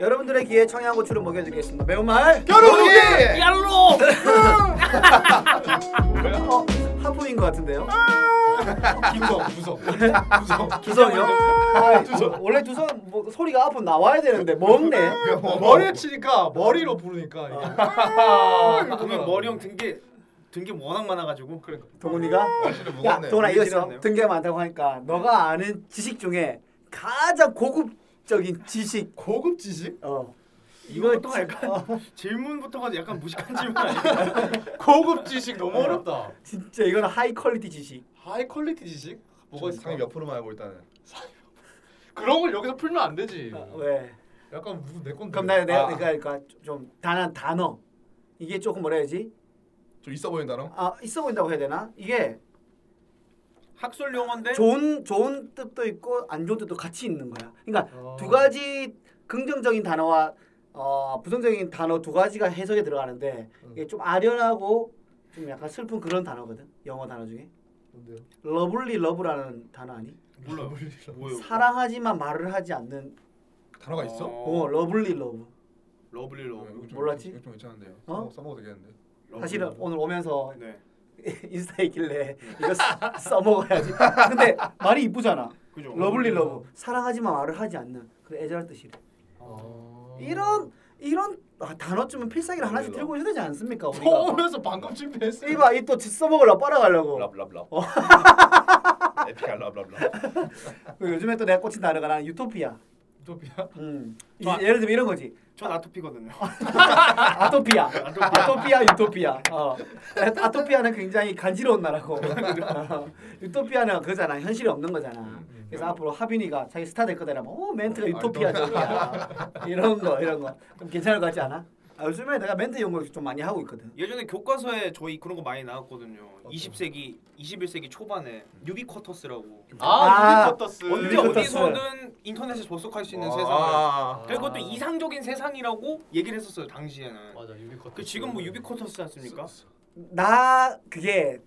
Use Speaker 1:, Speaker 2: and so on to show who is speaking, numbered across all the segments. Speaker 1: 여러분들의 귀에 청양고추를 먹여드리겠습니다. 매운말
Speaker 2: 겨루기!
Speaker 3: 얄로
Speaker 1: 어, 하품인 것 같은데요?
Speaker 2: 김성, 구성. 구성.
Speaker 1: 아, 두성이요?
Speaker 2: 두성.
Speaker 1: 원래 두성 뭐, 소리가 앞으로 나와야 되는데 먹네.
Speaker 2: 머리를 치니까 머리로 부르니까 이게.
Speaker 3: 아. 그러면 머리형 등게 등게 워낙 많아가지고 그래
Speaker 1: 동훈이가 야
Speaker 4: 무겁네.
Speaker 1: 동훈아 이거
Speaker 3: 이해가
Speaker 1: 있어.
Speaker 3: 되네요.
Speaker 1: 등게 많다고 하니까 너가 아는 지식 중에 가장 고급적인 지식.
Speaker 2: 고급 지식?
Speaker 1: 어.
Speaker 3: 이거 또 약간 질문부터가 약간 무식한 질문 아니야?
Speaker 2: 고급 지식 너무 어렵다.
Speaker 1: 진짜 이건 하이 퀄리티 지식.
Speaker 2: 하이 퀄리티 지식? 뭐가 있어?
Speaker 4: 상위 몇 프로만 알고 일단은.
Speaker 2: 그런 걸 여기서 풀면 안 되지.
Speaker 1: 아, 왜?
Speaker 2: 약간 무슨 내 건데.
Speaker 1: 그럼 나 내가
Speaker 2: 아,
Speaker 1: 그러니까, 그러니까 좀 단한 단어 이게 조금 뭐라 해야지?
Speaker 4: 좀 있어 보인다랑.
Speaker 1: 아 있어 보인다고 해야 되나? 이게
Speaker 3: 학술 용어인데
Speaker 2: 네?
Speaker 1: 좋은 좋은 뜻도 있고 안 좋은 뜻도 같이 있는 거야. 그러니까
Speaker 2: 어.
Speaker 1: 두 가지 긍정적인 단어와 어, 부정적인 단어 두 가지가 해석에 들어가는데 이게 좀 아련하고 좀 약간 슬픈 그런 단어거든. 영어 단어 중에
Speaker 2: 뭔데요?
Speaker 1: 러블리 러브라는 단어 아니?
Speaker 3: 몰라 뭐예요?
Speaker 1: 사랑하지만 말을 하지 않는
Speaker 4: 단어가 있어?
Speaker 1: 어 러블리 러브.
Speaker 3: 러블리
Speaker 4: 어,
Speaker 5: 네,
Speaker 4: 이거
Speaker 3: 러브
Speaker 4: 좀-
Speaker 1: 몰랐지?
Speaker 4: 이거 좀 괜찮은데요.
Speaker 1: 어?
Speaker 4: 어? 써먹어도 되겠는데.
Speaker 1: 사실은 오늘 오면서
Speaker 3: 네
Speaker 1: 인스타에 있길래 이거 써- 써먹어야지. 근데 말이 이쁘잖아.
Speaker 2: 네,
Speaker 3: 그죠
Speaker 1: 러블리 러브. 사랑하지만 말을 하지 않는 그런 애절한 뜻이래.
Speaker 2: 아.
Speaker 1: 이런 이런 아, 단어쯤은 필살기를 하나씩
Speaker 4: 러블리
Speaker 1: 들고 있어야 되지 않습니까? 우리가.
Speaker 2: 처음에서 방금 준비했어.
Speaker 1: 이봐 이또 써먹으려 빨아가려고.
Speaker 4: 랍랍랍. 에픽한 랍랍랍.
Speaker 1: 그 요즘에 또 내가 꽂힌 단어가 나는 유토피아.
Speaker 2: 유토피아.
Speaker 1: 음. 이-
Speaker 3: 아.
Speaker 1: 예를 들면 이런 거지.
Speaker 3: 전 아토피거든요
Speaker 1: 아토피아.
Speaker 3: 아토피아.
Speaker 1: 아토피아 유토피아. 어. 아토피아는 굉장히 간지러운 나라고. 어. 유토피아는 그거잖아. 현실이 없는 거잖아. 그래서 앞으로 하빈이가 자기 스타 될 거다 이러면 오 멘트가 유토피아적이야 이런 거 이런 거좀 괜찮을 것 같지 않아? 아, 요즘에 내가 멘트 연구를 좀 많이 하고 있거든.
Speaker 3: 예전에 교과서에 저희 그런 거 많이 나왔거든요 20세기 21세기 초반에 뉴비쿼터스라고
Speaker 1: 아,
Speaker 2: 아, 유비쿼터스.
Speaker 3: 언제
Speaker 1: 뉴비쿼터스.
Speaker 3: 어디서든 인터넷에 접속할 수 있는 세상
Speaker 4: 아.
Speaker 3: 그리고 그것도 이상적인 세상이라고 얘기를 했었어요 당시에는
Speaker 2: 맞아, 유비쿼터스.
Speaker 3: 그 지금 뭐 유비쿼터스 않습니까?
Speaker 1: 나 그게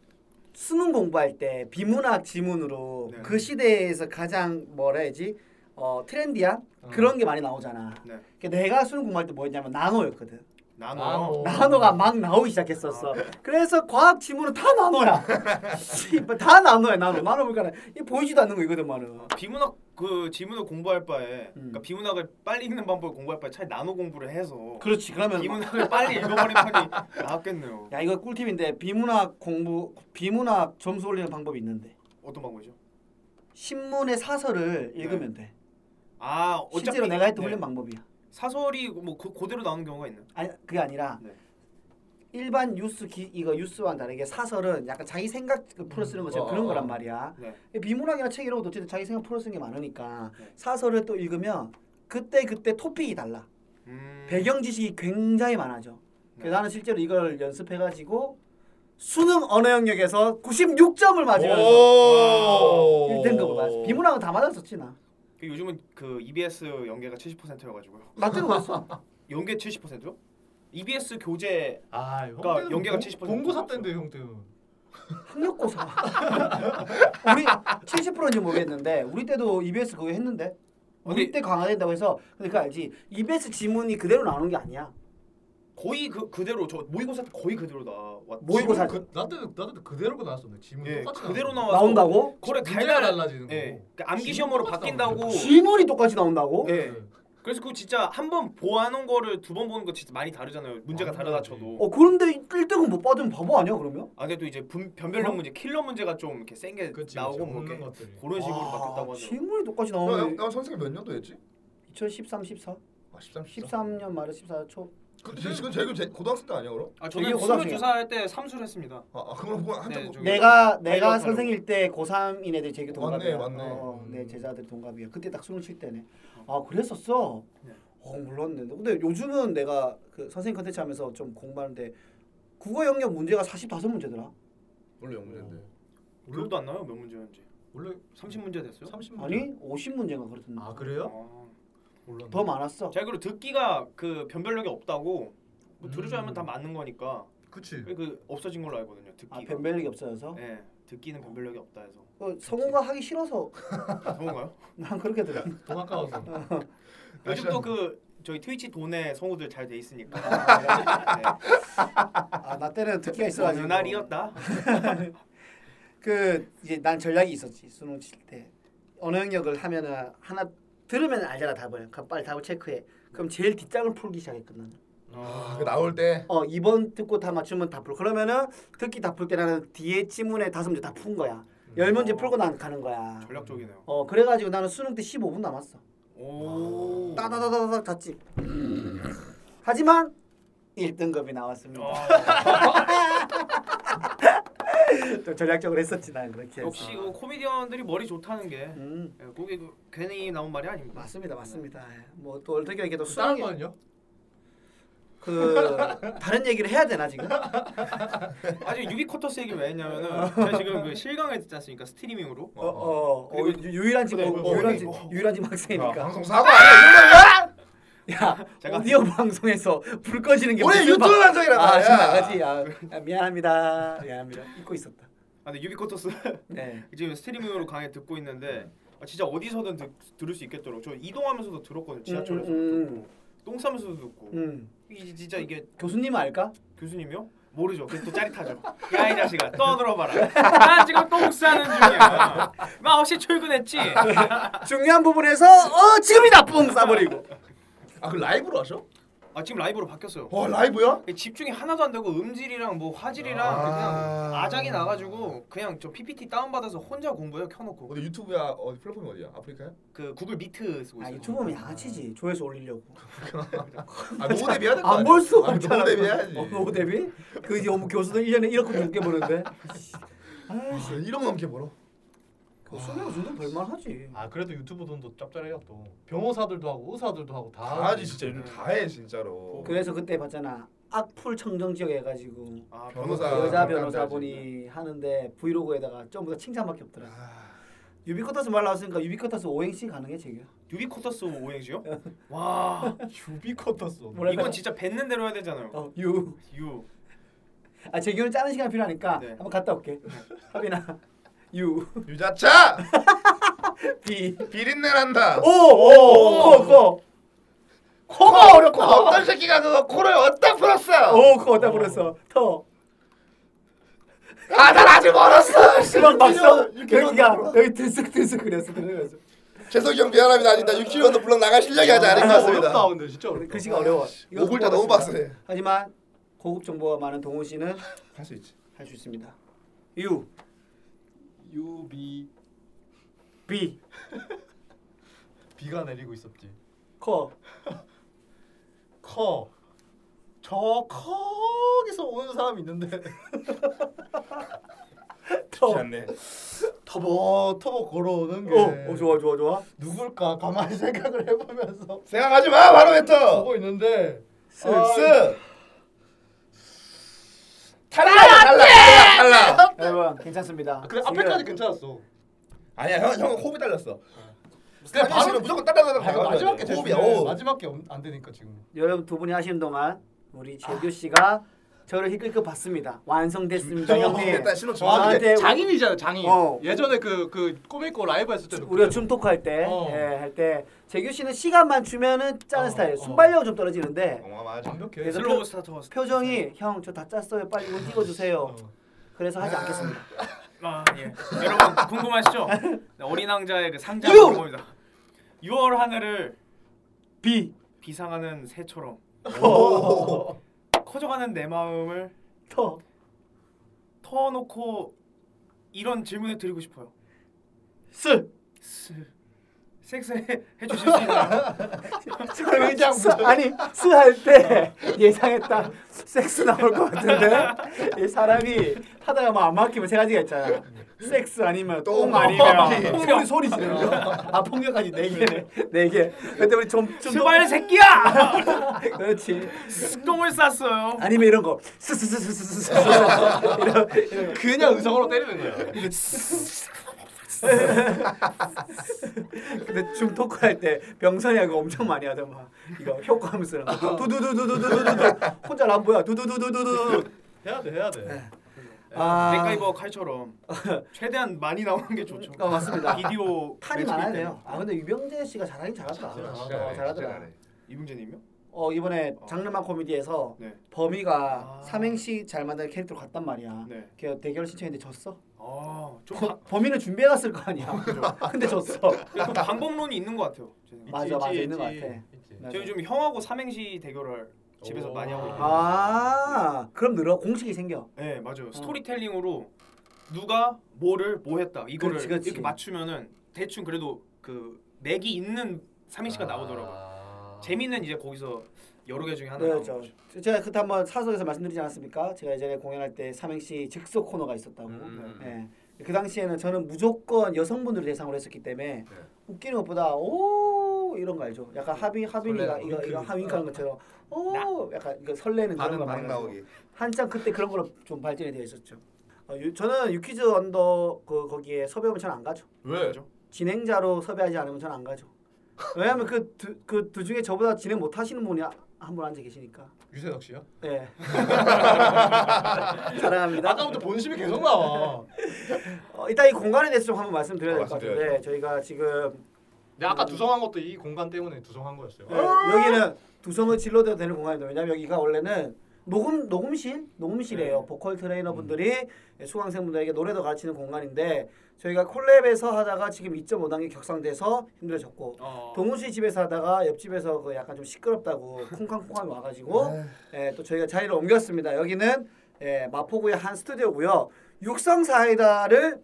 Speaker 1: 수능 공부할 때 비문학 지문으로
Speaker 3: 네.
Speaker 1: 그 시대에서 가장 뭐라 해야지 어 트렌디한
Speaker 2: 어.
Speaker 1: 그런 게 많이 나오잖아.
Speaker 3: 네.
Speaker 1: 그 내가 수능 공부할 때 뭐였냐면 나노였거든.
Speaker 3: 나노
Speaker 2: 나노.
Speaker 1: 나노가 막 나오기 시작했었어.
Speaker 3: 아, 네.
Speaker 1: 그래서 과학 지문은 다 나노야. 씨발, 다 나노야 나노. 나노 보니까 이 보이지도 않는 거 이거든 말은.
Speaker 3: 비문학 그 지문을 공부할 바에
Speaker 1: 음.
Speaker 3: 그러니까 비문학을 빨리 읽는 방법을 공부할 바에 차라리 나노 공부를 해서
Speaker 1: 그렇지 그러면
Speaker 3: 비문학을 빨리 읽어버린 편이 나았겠네요.
Speaker 1: 야 이거 꿀팁인데 비문학 공부 비문학 점수 올리는 방법이 있는데
Speaker 3: 어떤 방법이죠?
Speaker 1: 신문의 사설을
Speaker 3: 네.
Speaker 1: 읽으면 돼
Speaker 3: 아 어차피
Speaker 1: 실제로 내가 했던
Speaker 3: 네.
Speaker 1: 훈련 방법이야
Speaker 3: 사설이 뭐 그, 그대로 나오는 경우가 있나요?
Speaker 1: 아니 그게 아니라
Speaker 3: 네.
Speaker 1: 일반 뉴스 기, 이거 뉴스와는 다르게 사설은 약간 자기 생각 풀어 쓰는 것처럼
Speaker 4: 어,
Speaker 1: 그런
Speaker 4: 어,
Speaker 1: 거란
Speaker 4: 어.
Speaker 1: 말이야
Speaker 3: 음. 네.
Speaker 1: 비문학이나 책 이런 것도 어쨌든 자기 생각 풀어 쓰는 게 많으니까
Speaker 3: 네.
Speaker 1: 사설을 또 읽으면 그때 그때 토픽이 달라
Speaker 3: 음...
Speaker 1: 배경 지식이 굉장히 많아져.
Speaker 3: 네.
Speaker 1: 그래서 나는 실제로 이걸 연습해가지고 수능 언어 영역에서 96점을 맞으면서 아, 1등급을 맞았어. 비문학은 다 맞았었지 나.
Speaker 3: 그 요즘은 그 EBS 연계가 70%여가지고요.
Speaker 1: 맞대로 맞았어.
Speaker 3: 연계 70%요? EBS 교재
Speaker 2: 아, 형
Speaker 3: 그러니까
Speaker 2: 때는
Speaker 3: 연계가
Speaker 2: 봉-
Speaker 3: 70%
Speaker 2: 봉고사 때인데 형 때는.
Speaker 1: 학력고사. 우리 70%인지 모르겠는데 우리 때도 EBS 그거 했는데 우리
Speaker 3: 아니-
Speaker 1: 때 강화된다고 해서 그러니까 알지 EBS 지문이 그대로 나오는 게 아니야.
Speaker 3: 거의 그 그대로 저 모의고사 때 거의 그대로 나왔.
Speaker 1: 모의- 봉고사
Speaker 2: 지문 그, 나 때는 나 때는 그대로가 나왔었는데 지문
Speaker 3: 예
Speaker 2: 똑같이
Speaker 3: 그대로
Speaker 2: 나왔어.
Speaker 3: 나와서
Speaker 1: 나온다고?
Speaker 3: 거래
Speaker 2: 문제가
Speaker 3: 달라.
Speaker 2: 달라지는
Speaker 3: 예.
Speaker 2: 거고.
Speaker 3: 그 암기
Speaker 2: 지문
Speaker 3: 시험으로
Speaker 2: 똑같이
Speaker 3: 바뀐다고.
Speaker 2: 나오는
Speaker 1: 지문이 똑같이 나온다고?
Speaker 3: 예.
Speaker 2: 예.
Speaker 3: 그래서 그거 진짜 한 번 보아놓은 거를 두 번 보는 거 진짜 많이 다르잖아요. 문제가
Speaker 2: 완전
Speaker 3: 다르다
Speaker 2: 다르지.
Speaker 3: 쳐도.
Speaker 1: 어 그런데 1등은 못 받으면 바보 아니야 그러면?
Speaker 3: 아 근데 또 이제 분, 변별력 문제, 킬러 문제가 좀 이렇게 센 게
Speaker 2: 그치,
Speaker 3: 나오고
Speaker 2: 그치,
Speaker 3: 뭐
Speaker 2: 없는
Speaker 3: 이렇게
Speaker 2: 것들이.
Speaker 3: 그런 식으로
Speaker 1: 아,
Speaker 3: 바뀌었다고 어, 하죠.
Speaker 1: 지문이 똑같이
Speaker 4: 형,
Speaker 1: 나오면
Speaker 4: 형 선생님 몇 년도였지?
Speaker 1: 2013, 14?
Speaker 4: 아, 13.
Speaker 1: 13년 말에 14초.
Speaker 4: 근데 그, 지금 지금 제금 제- 고등학생 때 아니야 그럼?
Speaker 3: 아
Speaker 1: 이게
Speaker 3: 저는
Speaker 1: 고등학생이야.
Speaker 3: 22살 때 삼수를 했습니다.
Speaker 4: 아, 아 그럼 그건 한참
Speaker 3: 네,
Speaker 4: 고-
Speaker 3: 저기-
Speaker 1: 내가 내가
Speaker 3: 하려고.
Speaker 1: 선생일 때 고3인 애들 제게 동갑이야.
Speaker 4: 맞네, 맞네.
Speaker 1: 어,
Speaker 2: 음.
Speaker 1: 내 제자들 동갑이야. 그때 딱 수능 칠 때네. 아 그랬었어.
Speaker 3: 네.
Speaker 1: 어 몰랐네. 근데 요즘은 내가 그 선생님 컨텐츠 하면서 좀 공부하는데 국어 영역 문제가 45문제더라.
Speaker 4: 원래
Speaker 1: 어.
Speaker 4: 영문제인데.
Speaker 2: 원래
Speaker 3: 기억도 안 나요 몇 문제였는지.
Speaker 2: 원래
Speaker 3: 30문제 됐어요?
Speaker 2: 30분
Speaker 1: 아니 50문제인가 그렇던데.
Speaker 2: 음. 아 그래요?
Speaker 3: 아.
Speaker 2: 몰랐네.
Speaker 1: 더 많았어.
Speaker 3: 제가 그리고 듣기가 그 변별력이 없다고 뭐 들으자 하면
Speaker 2: 음.
Speaker 3: 다 맞는 거니까
Speaker 2: 그치.
Speaker 3: 그 없어진 걸로 알거든요. 듣기가.
Speaker 1: 아 변별력이 없어져서.
Speaker 3: 네, 듣기는 변별력이 없다 해서. 아,
Speaker 1: 그 성우가 하기 싫어서
Speaker 3: 그런가요?
Speaker 1: 난 그렇게 들었.
Speaker 2: 돈 아까워서.
Speaker 3: 요즘 또 그 저희 트위치 돈에 성우들 잘 돼
Speaker 1: 아.
Speaker 3: 있으니까. 네.
Speaker 1: 아나 때는 특기가
Speaker 3: 어느
Speaker 1: 네, 있어가지고
Speaker 3: 날이었다.
Speaker 1: 그 이제 난 전략이 있었지 수능 칠 때 언어 영역을 하면은 하나 들으면 알잖아 답을 그럼 빨리 답을 체크해 그럼 제일 뒷장을 풀기 시작했거든
Speaker 4: 아그 나올 때
Speaker 1: 어 2번 듣고 다 맞추면 다풀 그러면은 듣기 다 풀 때 나는 뒤에 지문에 다섯 문제 다 푼 거야 열 문제 풀고 난 가는 거야
Speaker 3: 전략적이네요.
Speaker 1: 어 그래가지고 나는 수능 때 15분 남았어 아.
Speaker 3: 오.
Speaker 1: 따다다다다닥 잤지 하지만 1등급이 나왔습니다
Speaker 3: 아,
Speaker 1: 또 전략적으로 했었지 난 그렇게 해서.
Speaker 3: 역시 그 코미디언들이 머리 좋다는 게
Speaker 1: 아. 음
Speaker 3: 예, 그게 그 괜히 나온 말이 아닙니다.
Speaker 1: 맞습니다 맞습니다 뭐 또 어떻게 이게 또
Speaker 2: 다른
Speaker 1: 수능이
Speaker 2: 거는요?
Speaker 1: 그 다른 얘기를 해야 되나 지금?
Speaker 3: 아직 유비쿼터스 얘기를 왜 했냐면은 제가 지금 그 실강을 듣지 않습니까 스트리밍으로.
Speaker 1: 어, 어, 어 유, 유일한 집
Speaker 3: 그래,
Speaker 1: 뭐, 어.
Speaker 3: 뭐,
Speaker 1: 유일한
Speaker 3: 뭐,
Speaker 1: 집
Speaker 3: 뭐.
Speaker 1: 유일한 집 학생이니까.
Speaker 4: 아, 방송 사고 아니야
Speaker 1: 야,
Speaker 3: 제가-
Speaker 1: 오디오 방송에서 불 꺼지는 게
Speaker 4: 우리
Speaker 1: 무슨
Speaker 4: 유튜브
Speaker 1: 방-
Speaker 4: 방송이란
Speaker 1: 아,
Speaker 4: 말이야.
Speaker 1: 지금 나가지. 아, 아, 미안합니다. 미안합니다. 잊고 있었다.
Speaker 3: 아 근데 유비쿼터스
Speaker 1: 네.
Speaker 3: 지금 스트리밍으로 강의 듣고 있는데 아, 진짜 어디서든 듣, 들을 수 있겠더라고. 저 이동하면서도 들었거든요. 지하철에서
Speaker 1: 음,
Speaker 3: 듣고 똥 싸면서도 듣고.
Speaker 1: 음.
Speaker 3: 이게 진짜 이게
Speaker 1: 교수님 알까?
Speaker 3: 교수님이요? 모르죠. 그래서 또 짜릿하죠. 야 이 자식아 떠들어봐라. 난 지금 똥 싸는 중이야. 나 없이 출근했지.
Speaker 1: 중요한 부분에서 어 지금이다 뿜 쏴버리고.
Speaker 4: 아그 라이브로 하셔?
Speaker 3: 아 지금 라이브로 바뀌었어요.
Speaker 4: 와 라이브야?
Speaker 3: 집중이 하나도 안 되고 음질이랑 뭐 화질이랑
Speaker 4: 아.
Speaker 3: 그냥 아작이 나가지고 그냥 저 PPT 다운 받아서 혼자 공부해요 켜놓고
Speaker 4: 어디 유튜브야 어디 플랫폼이 어디야? 아프리카야?
Speaker 3: 그 구글 미트 쓰고
Speaker 1: 아
Speaker 3: 있어요.
Speaker 1: 유튜브면 양아치지 조회수 올리려고.
Speaker 4: 아 노후 데뷔해야 될거 아니야?
Speaker 1: 안볼수
Speaker 4: 아니,
Speaker 1: 없잖아.
Speaker 4: 노후 데뷔해야지.
Speaker 1: 어, 노후 데뷔? 그 이제 어머 교수들 1년에 1억 넘게 버는데. 아, 그
Speaker 4: 아, 1억 넘게 벌어.
Speaker 1: 수능 정도 벌만하지.
Speaker 2: 아 그래도 유튜브 돈도 짭짤해요 또. 변호사들도 하고 의사들도 하고 다.
Speaker 4: 다
Speaker 3: 아,
Speaker 4: 하지 진짜 요즘 다해 진짜로.
Speaker 1: 그래서 그때 봤잖아 악풀 청정 지역 해가지고
Speaker 3: 아
Speaker 4: 변호사.
Speaker 1: 여자
Speaker 4: 감사합니다.
Speaker 1: 변호사분이 하는데 브이로그에다가 전부 다 칭찬밖에 없더라.
Speaker 4: 아,
Speaker 1: 유비쿼터스 말 나왔으니까 유비쿼터스 오행시 가능해 제기야.
Speaker 3: 유비쿼터스 오행시요? 와
Speaker 2: 유비 컸었어.
Speaker 1: 뭐라
Speaker 3: 이건 진짜 뱉는 대로 해야 되잖아요.
Speaker 1: 어 유.
Speaker 3: 유
Speaker 1: 아 재규는 짜는 시간 필요하니까
Speaker 3: 네.
Speaker 1: 한번 갔다 올게. 하빈아 유
Speaker 4: 유자차
Speaker 1: 비.
Speaker 4: 비린내 난다.
Speaker 1: 오오코코 코가
Speaker 4: 코
Speaker 1: 어렵다.
Speaker 4: 어떤 새끼가 그거 코를 어디다 풀었어?
Speaker 1: 오코 어디다 불었어 터.
Speaker 4: 아난 아직 멀었어.
Speaker 1: 수박 막상
Speaker 4: 그
Speaker 1: 여기가
Speaker 4: 여기가
Speaker 1: 여기 들썩들썩 그렸어 그래서
Speaker 4: 재석이 형 미안합니다. 아직 나 60년도 불러 나갈 실력이 아직 아닌 것
Speaker 2: 어렵다
Speaker 4: 같습니다.
Speaker 2: 근데 진짜 어렵다.
Speaker 1: 그 시가 어려워. 이거
Speaker 4: 아, 오글자 너무
Speaker 1: 뽑았습니다.
Speaker 4: 빡세.
Speaker 1: 하지만 고급 정보가 많은 동훈 씨는
Speaker 4: 할수 있지.
Speaker 1: 할 수 있습니다. 유
Speaker 2: 유비
Speaker 1: 비
Speaker 2: 비가 내리고 있었지.
Speaker 1: 코.
Speaker 2: 커. 저 커에서 오는 사람이 있는데
Speaker 1: 터.
Speaker 4: 않네.
Speaker 2: 터벅 터벅 걸어오는 게
Speaker 1: 오, 오 좋아 좋아 좋아.
Speaker 2: 누굴까 가만히 생각을 해보면서
Speaker 4: 생각하지 마 바로 뱉어.
Speaker 2: 보고 있는데
Speaker 1: 아,
Speaker 4: 쓱쓱. 탈락 탈락 탈락 탈락.
Speaker 1: 여러분 아, 괜찮습니다.
Speaker 2: 그래 아, 앞에까지 괜찮았어
Speaker 4: 아니야 형 형은 호흡이 딸렸어.
Speaker 2: 그냥
Speaker 4: 그냥
Speaker 2: 바로-
Speaker 4: 바로 무조건 딸딸딸
Speaker 2: 아,
Speaker 4: 다
Speaker 2: 마지막 게
Speaker 4: 호흡이야.
Speaker 2: 됐어
Speaker 4: 호흡.
Speaker 2: 마지막 게안 되니까 지금
Speaker 1: 여러분 두 분이 하시는 동안 우리 재규 씨가 저를 히끌끌 봤습니다. 완성됐습니다,
Speaker 4: 형
Speaker 1: 형님.
Speaker 4: 일단 신호 줘.
Speaker 1: 아,
Speaker 2: 아,
Speaker 1: 근데
Speaker 2: 근데 장인이잖아 장인
Speaker 1: 어.
Speaker 2: 예전에 그 그 꼬매꼬 라이브 했을 때도
Speaker 1: 우리가 춤 토크할 때,
Speaker 2: 어.
Speaker 1: 예, 할 때 재규 씨는 시간만 주면은 짜는
Speaker 2: 어,
Speaker 1: 스타일.
Speaker 2: 어.
Speaker 1: 순발력은 좀 떨어지는데
Speaker 4: 어마어마하지.
Speaker 2: 완벽해
Speaker 1: 그래서
Speaker 3: 슬로우 스타터 스타.
Speaker 1: 표정이 형 저 다 짰어요. 빨리 이거
Speaker 2: 어.
Speaker 1: 띄워주세요. 그래서 하지 않겠습니다.
Speaker 3: 아, 예. 여러분 궁금하시죠? 네, 어린 왕자의 그 상자
Speaker 1: 유!
Speaker 3: 광고입니다. 6월 하늘을
Speaker 1: 비
Speaker 3: 비상하는 새처럼
Speaker 4: 오.
Speaker 3: 커져가는 내 마음을
Speaker 1: 터.
Speaker 3: 터놓고 이런 질문을 드리고 싶어요.
Speaker 1: 스.
Speaker 3: 스- 섹스해 해주실 수 있나요?
Speaker 4: 그냥
Speaker 1: 스 아니 스 할 때 예상했다 섹스 나올 것 같은데 이 사람이 하다가 막안 막히면 세 가지가 있잖아 섹스 아니면 똥
Speaker 4: 똥
Speaker 1: 아니면
Speaker 4: 아니면
Speaker 1: 똥소리 소리 지르는 거아 폭력까지 네 네개네개 근데 우리 좀좀
Speaker 3: 스발 새끼야!
Speaker 1: 그렇지
Speaker 3: 똥을 쌌어요.
Speaker 1: 아니면 이런 거 스스스스스스 이런 이런 거.
Speaker 2: 그냥 의성으로 때리는 거야
Speaker 1: 근데 춤 토크할 때 병선이하고 엄청 많이 하더만 이거 효과음 쓰는 거 두두두두두두두 혼자 람보야 두두두두두두
Speaker 2: 해야 돼 해야 돼
Speaker 1: 아.
Speaker 3: 맥가이버 칼처럼 최대한 많이 나오는 게 좋죠.
Speaker 1: 어, 맞습니다.
Speaker 3: 비디오
Speaker 1: 탈이
Speaker 3: 매치기
Speaker 1: 많아야
Speaker 3: 때문에.
Speaker 1: 돼요. 아 근데 유병재 씨가 잘하긴
Speaker 5: 아,
Speaker 1: 잘한다.
Speaker 2: 아, 잘하더라.
Speaker 1: 어,
Speaker 2: 잘하네,
Speaker 1: 잘하더라.
Speaker 3: 이문재님요?
Speaker 1: 어 이번에 장르만 코미디에서
Speaker 3: 네.
Speaker 1: 범이가
Speaker 3: 아.
Speaker 1: 삼행시 잘 만드는 캐릭터로 갔단 말이야.
Speaker 3: 네.
Speaker 1: 걔 대결 신청했는데 졌어.
Speaker 3: 아, 좀
Speaker 1: 범- 범이는 준비해갔을 거 아니야. 근데 졌어.
Speaker 3: 좀 방법론이 있는 것 같아요. 제 생각에.
Speaker 1: 맞아, 맞아, 있는 것 같아. 맞아.
Speaker 3: 저희 좀 형하고 삼행시 대결을 집에서 많이 하고 있거든요.
Speaker 1: 아 그럼 늘어 공식이 생겨.
Speaker 3: 네,
Speaker 1: 어.
Speaker 3: 맞아요. 스토리텔링으로 누가 뭐를 뭐 했다 이거를
Speaker 1: 그렇지, 그렇지.
Speaker 3: 이렇게 맞추면은 대충 그래도 그 맥이 있는 삼행시가
Speaker 1: 아.
Speaker 3: 나오더라고요.
Speaker 5: 아.
Speaker 3: 재미는 이제 거기서 여러 개 중에 하나.
Speaker 1: 네,
Speaker 3: 나오는
Speaker 1: 저,
Speaker 3: 거죠.
Speaker 1: 제가 그때 한번 사석에서 말씀드리지 않았습니까? 제가 예전에 공연할 때 삼행시 즉석 코너가 있었다고.
Speaker 5: 음.
Speaker 1: 예. 그 당시에는 저는 무조건 여성분들을 대상으로 했었기 때문에
Speaker 5: 네.
Speaker 1: 웃기는 것보다 오 이런 거 알죠? 약간 하빈 하빈이가
Speaker 5: 설레는
Speaker 1: 이거 이거
Speaker 5: 윙크.
Speaker 1: 하빈 하는 것처럼 오 약간 이거 설레는 그런
Speaker 4: 반응
Speaker 1: 거
Speaker 4: 막
Speaker 1: 많이 나오고.
Speaker 4: 나오기.
Speaker 1: 한참 그때 그런 걸로 좀 발전이 되어 있었죠. 어, 유, 저는 유퀴즈 언더 그 거기에 섭외하면 저는 안 가죠.
Speaker 5: 왜?
Speaker 1: 진행자로 섭외하지 않으면 저는 안 가죠. 왜냐하면 그두그두 중에 저보다 진행 못 하시는 분이 한 분 앉아 계시니까.
Speaker 5: 유세덕 씨요?
Speaker 1: 예. 네. 사랑합니다.
Speaker 5: 아까부터 본심이 계속 나와.
Speaker 1: 어, 일단 이 공간에 대해서 좀 한번 말씀드려야 될 것
Speaker 5: 아,
Speaker 1: 같은데
Speaker 5: 말씀드려야죠.
Speaker 1: 저희가 지금
Speaker 5: 내가 아까 두성한 것도 이 공간 때문에 두성한 거였어요.
Speaker 1: 네, 여기는 두성을 진로도 되는 공간입니다. 왜냐면 여기가 원래는 녹음 녹음실 네. 녹음실이에요. 보컬 트레이너 분들이 예, 수강생분들에게 노래도 가르치는 공간인데 저희가 콜랩에서 하다가 지금 2.5단계 격상돼서 힘들어졌고
Speaker 3: 어,
Speaker 1: 동훈 씨 집에서 하다가 옆집에서 그 약간 좀 시끄럽다고 쿵쾅쿵쾅 와가지고 예, 또 저희가 자리를 옮겼습니다. 여기는 예, 마포구의 한 스튜디오고요. 육성 사이다를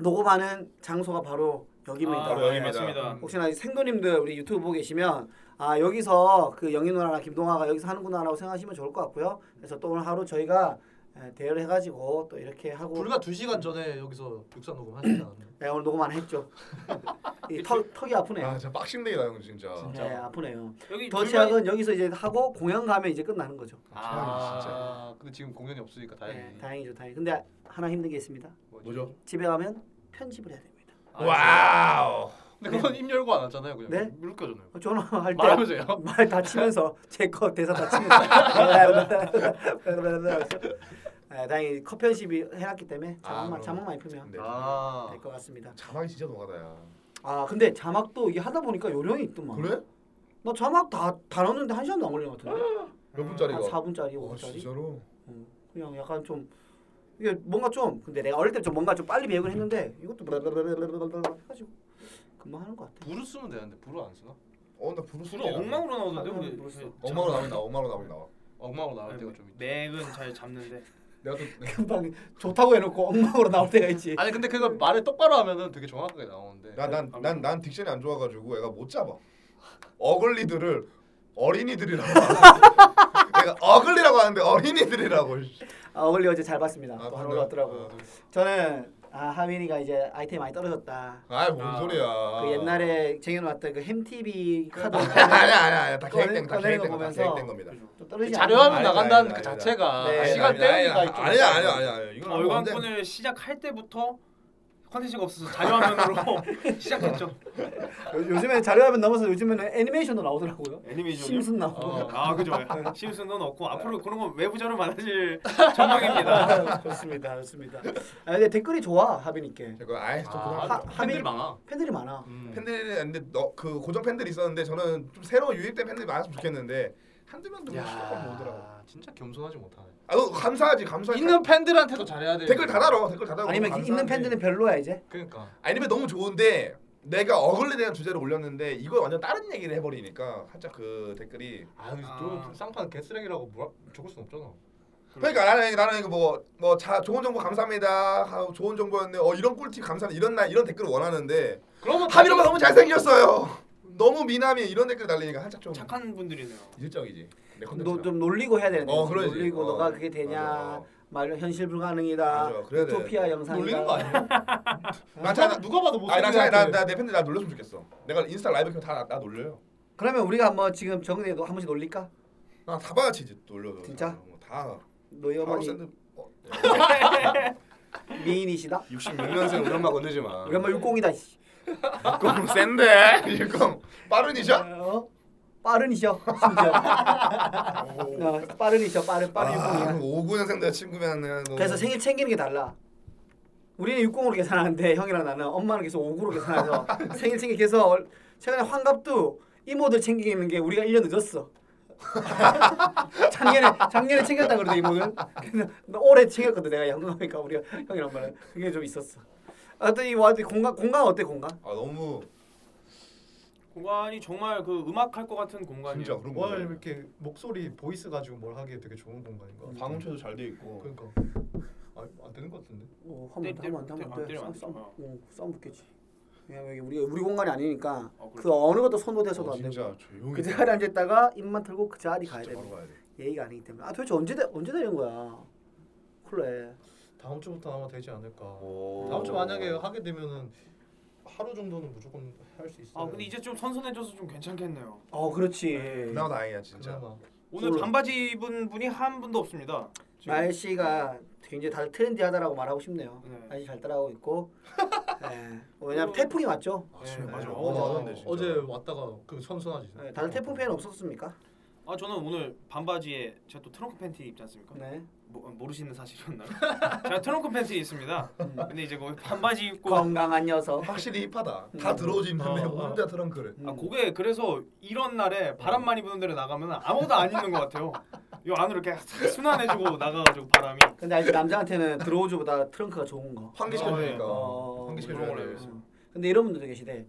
Speaker 1: 녹음하는 장소가 바로 여기입니다. 예.
Speaker 3: 아,
Speaker 5: 바로
Speaker 3: 네,
Speaker 5: 여기입니다.
Speaker 3: 맞습니다.
Speaker 1: 혹시나 생도님들 우리 유튜브 보고 계시면 아 여기서 그 영희 누나나 김동아가 여기서 하는구나라고 생각하시면 좋을 것 같고요. 그래서 또 오늘 하루 저희가 예, 대여를 해가지고 또 이렇게 하고
Speaker 6: 불과 2시간 전에 여기서 육산 녹음하셨지 않았나요?
Speaker 1: 예, 오늘 녹음 안 했죠. 이 턱, 턱이 아프네요.
Speaker 5: 아, 진짜 빡심데이다 형 진짜.
Speaker 1: 예, 아프네요.
Speaker 3: 여기
Speaker 1: 더
Speaker 3: 불만이-
Speaker 1: 치약은 여기서 이제 하고 공연 가면 이제 끝나는 거죠.
Speaker 5: 아,
Speaker 6: 근데 지금 공연이 없으니까
Speaker 1: 네, 다행이죠, 다행. 근데 하나 힘든 게 있습니다.
Speaker 5: 뭐죠?
Speaker 1: 집에 가면 편집을 해야 됩니다.
Speaker 3: 아,
Speaker 5: 와우.
Speaker 6: 근데 그건 입 열고 안 하잖아요, 그냥.
Speaker 1: 네?
Speaker 6: 물 켜잖아요.
Speaker 1: 전화할 때
Speaker 6: 말하면서요.
Speaker 1: 말 다치면서 제 거 대사 다치면서 아, 다행히 컷 편집이 해놨기 때문에 자막만
Speaker 5: 그럼.
Speaker 1: 자막만 입으면
Speaker 5: 네.
Speaker 6: 아.
Speaker 1: 될 것 같습니다.
Speaker 5: 자막이 진짜 노가다야.
Speaker 1: 아 근데 자막도 이게 하다 보니까 요령이 있더만.
Speaker 5: 그래?
Speaker 1: 나 자막 다 다뤘는데 한 시간도 안 걸린 것 같은데.
Speaker 5: 몇 분짜리가?
Speaker 1: 한 4분짜리,
Speaker 5: 와,
Speaker 1: 5분짜리.
Speaker 5: 진짜로?
Speaker 1: 음, 그냥 약간 좀 이게 뭔가 좀 근데 내가 어릴 때 좀 뭔가 좀 빨리 배우긴 했는데 이것도 블라블라블라블라블라 해가지고 금방 하는 것 같아.
Speaker 6: 불을 쓰면 되는데 불을 안 쓰나?
Speaker 5: 어, 나 부르스.
Speaker 3: 불은 엉망으로 나오던데
Speaker 1: 엉망으로
Speaker 3: 우리.
Speaker 1: 아, 불었어.
Speaker 5: 엉망으로 나오면 나와. 엉망으로 나오면 나와.
Speaker 6: 엉망으로
Speaker 3: 아,
Speaker 6: 나올
Speaker 5: 네,
Speaker 6: 때가 좀 있죠.
Speaker 3: 맥은 잘 잡는데
Speaker 5: 내가 또
Speaker 1: 금방 좋다고 해놓고 엉망으로 나올 때가
Speaker 5: 네.
Speaker 1: 있지.
Speaker 6: 아니 근데 그거 말을 똑바로 하면은 되게 정확하게 나오는데.
Speaker 5: 난난난난 딕션이 안 좋아가지고 애가 못 잡아. 어글리들을 어린이들이라고. 내가 어글리라고 하는데 어린이들이라고. 씨.
Speaker 1: 아, 어. 어글리 어제 잘 봤습니다. 또 안
Speaker 5: 반가워.
Speaker 1: 올라왔더라고. 저는 아 하빈이가 이제 아이템 많이 떨어졌다.
Speaker 5: 아, 뭔
Speaker 3: 아,
Speaker 5: 소리야.
Speaker 1: 그 옛날에 쟁여놨던 그 햄TV 카드
Speaker 5: 아니야 아니야 아니야 다
Speaker 1: 꺼내-
Speaker 5: 계획된 거, 다
Speaker 1: 꺼내는 거
Speaker 5: 계획된 거, 다
Speaker 1: 보면서
Speaker 5: 계획된 겁니다.
Speaker 1: 좀 떨어지지
Speaker 6: 그 자료화면
Speaker 5: 아니,
Speaker 1: 않나?
Speaker 5: 아니,
Speaker 6: 나간다는
Speaker 5: 아니,
Speaker 6: 그
Speaker 5: 아니,
Speaker 6: 자체가
Speaker 1: 네. 아니,
Speaker 6: 시간 때우기가 있죠.
Speaker 5: 아니야 아니야 아니야 아니야 뭐 이건 아닌데.
Speaker 3: 월간권을 시작할 때부터 컨텐츠가 없어서 자료화면으로 시작했죠.
Speaker 1: 요- 요즘에 자료화면 넘어서 요즘에는 아. 애니메이션도 나오더라고요.
Speaker 3: 애니메이션이요.
Speaker 1: 심슨 나오고.
Speaker 6: 어.
Speaker 3: 아 그죠 심슨도 넣고 앞으로 그런 건 외부자로 많아질 전망입니다
Speaker 1: 아, 좋습니다, 좋습니다. 아 근데 댓글이 좋아 하빈이께.
Speaker 5: 이거 아예 좀 그냥
Speaker 1: 하-
Speaker 6: 아, 팬들이 많아.
Speaker 1: 팬들이 많아.
Speaker 6: 음.
Speaker 5: 팬들이 근데 너, 그 고정 팬들이 있었는데 저는 좀 새로 유입된 팬들이 많았으면 좋겠는데 한두 명도 뭐 시작하면 오더라고.
Speaker 6: 야, 진짜 겸손하지 못하네.
Speaker 5: 아, 너 감사하지 감사해.
Speaker 6: 있는 팬들한테도 잘해야 돼.
Speaker 5: 댓글 다 달아 댓글 다 달아.
Speaker 1: 아니면
Speaker 5: 너무
Speaker 1: 있는
Speaker 5: 감사한데.
Speaker 1: 팬들은 별로야
Speaker 5: 네,
Speaker 1: 이제.
Speaker 6: 그러니까.
Speaker 5: 아니면 너무 좋은데 내가 어글리 대한 주제를 올렸는데 이걸 완전 다른 얘기를 해버리니까 살짝 그 댓글이
Speaker 6: 아, 근데
Speaker 3: 아.
Speaker 6: 또 쌍판 개쓰레기라고 뭐라 적을 순 없잖아.
Speaker 5: 그러니까
Speaker 1: 그렇죠.
Speaker 5: 나는 나는 이거 뭐뭐자 좋은 정보 감사합니다 하고 좋은 정보였네 어 이런 꿀팁 감사합니다 이런 나 이런 댓글을 원하는데
Speaker 6: 그러면
Speaker 5: 하비로가 너무 잘생겼어요 너무 미남이 이런 댓글 달리니까 한짝 좀
Speaker 3: 착한 분들이네요
Speaker 5: 이질적이지 내
Speaker 1: 너
Speaker 5: 컨텐츠가
Speaker 1: 좀 놀리고 해야 되는데.
Speaker 5: 어, 그러지.
Speaker 1: 놀리고
Speaker 5: 어,
Speaker 1: 너가 그게 되냐.
Speaker 5: 맞아, 어.
Speaker 1: 말로 현실 불가능이다.
Speaker 5: 맞아, 그래야 돼. 뭐
Speaker 1: 유토피아 영상이다.
Speaker 6: 놀리는 거 아니야?
Speaker 5: 나 자, 나,
Speaker 6: 누가 봐도
Speaker 5: 아니
Speaker 6: 못생긴 것 같아.
Speaker 5: 나나내 팬들 나 놀렸으면 좋겠어 내가 인스타 라이브 켜면 다나 놀려요
Speaker 1: 그러면 우리가 한번 지금 정리해도 한 번씩 놀릴까?
Speaker 5: 나다 같이 이제 놀려줘
Speaker 1: 진짜?
Speaker 5: 뭐 다.
Speaker 1: 너희
Speaker 5: 바로
Speaker 1: 어머니
Speaker 5: 샌드 어,
Speaker 1: 미인이시다.
Speaker 5: 66년생 우리 엄마 건들지 마 어,
Speaker 1: 우리 엄마 육공이다. 씨.
Speaker 5: 육공 센데 육공 빠른 이자
Speaker 1: 어? 빠른이셔 심지어 어, 빠른이셔 빠른 빠른
Speaker 5: 아,
Speaker 1: 육공이야
Speaker 5: 59년생 내 친구면은 뭐-
Speaker 1: 그래서 생일 챙기는 게 달라 우리는 육공으로 계산하는데 형이랑 나는 엄마는 계속 오구로 계산해서 생일 챙기해서 얼- 최근에 환갑도 이모들 챙기는 게 우리가 1년 늦었어 작년에 작년에 챙겼다 그러더니 이모는 그래서 나 올해 챙겼거든 내가 영감이니까 우리 가 형이랑 말은 그게 좀 있었어 하여튼 이 와드 공간 공간 어때 공간
Speaker 5: 아 너무
Speaker 3: 공간이 정말 그 음악 할 것 같은 공간이에요.
Speaker 5: 진짜 그런
Speaker 6: 뭘
Speaker 5: 거.
Speaker 6: 이렇게 목소리 보이스 가지고 뭘 하기에 되게 좋은 공간인 것 같아.
Speaker 5: 방음체도 잘 돼 있고.
Speaker 6: 그러니까 아, 안 되는 것 같은데.
Speaker 1: 어, 하면 안 돼, 하면 안 돼, 하면 안 돼.
Speaker 3: 때리면 안
Speaker 1: 싸움,
Speaker 3: 돼.
Speaker 1: 싸움,
Speaker 3: 어.
Speaker 1: 어, 싸움 붙겠지. 왜냐면 이게 우리가 우리 공간이 아니니까
Speaker 3: 어,
Speaker 1: 그 어느 것도 손도 대서도
Speaker 5: 어,
Speaker 1: 안 되고
Speaker 5: 진짜 조용히.
Speaker 1: 그 자리에 앉아 있다가 입만 털고 그 자리 가야 돼.
Speaker 5: 바로 가야 돼.
Speaker 1: 예의가 아니기 때문에. 아 도대체 언제 되, 언제 되는 거야? 그래.
Speaker 6: 다음 주부터 아마 되지 않을까.
Speaker 5: 오.
Speaker 6: 어.
Speaker 5: 어.
Speaker 6: 다음 주 만약에 하게 되면은 하루 정도는 무조건 할 수 있어.
Speaker 3: 아 근데 이제 좀 선선해져서 좀 괜찮겠네요.
Speaker 1: 어 그렇지.
Speaker 5: 그나마 다행이야 진짜.
Speaker 6: 그나마
Speaker 3: 오늘
Speaker 1: 오늘-
Speaker 3: 반바지 입은 분이 한 분도 없습니다. 지금.
Speaker 1: 아, 날씨가 굉장히 다들 트렌디하다라고 말하고 싶네요.
Speaker 3: 네.
Speaker 1: 날씨 잘 따라오고 있고. 네. 왜냐면 태풍이 왔죠.
Speaker 3: 네, 맞아.
Speaker 5: 어,
Speaker 6: 어제,
Speaker 5: 맞아. 맞았네, 진짜.
Speaker 6: 어제 왔다가 그 선선하지.
Speaker 1: 네, 다들 태풍 피해는 없었습니까?
Speaker 3: 아 저는 오늘 반바지에 제가 또 트렁크 팬티 입지 않습니까?
Speaker 1: 네.
Speaker 3: 모, 모르시는 사실이었나요? 제가 트렁크 팬티 있습니다. 근데 이제 거기 반바지 입고 아
Speaker 1: 건강한 녀석.
Speaker 5: 어, 확실히 힙하다. 다 들어오지 있는데
Speaker 3: 어, 어.
Speaker 5: 혼자 트렁크를.
Speaker 1: 음.
Speaker 3: 그게 그래서 이런 날에 바람 많이 부는 데로 나가면 아무도 안 입는 것 같아요. 이 안으로 이렇게 싹 순환해주고 나가가지고 바람이
Speaker 1: 근데 아직 남자한테는 드로우즈보다 트렁크가 좋은 거.
Speaker 5: 환기시켜주니까.
Speaker 1: 어,
Speaker 5: 아, 환기시켜줘야
Speaker 3: 그런
Speaker 5: 돼.
Speaker 3: 걸로 알고 있어요.
Speaker 1: 근데 이런 분들도 계시대.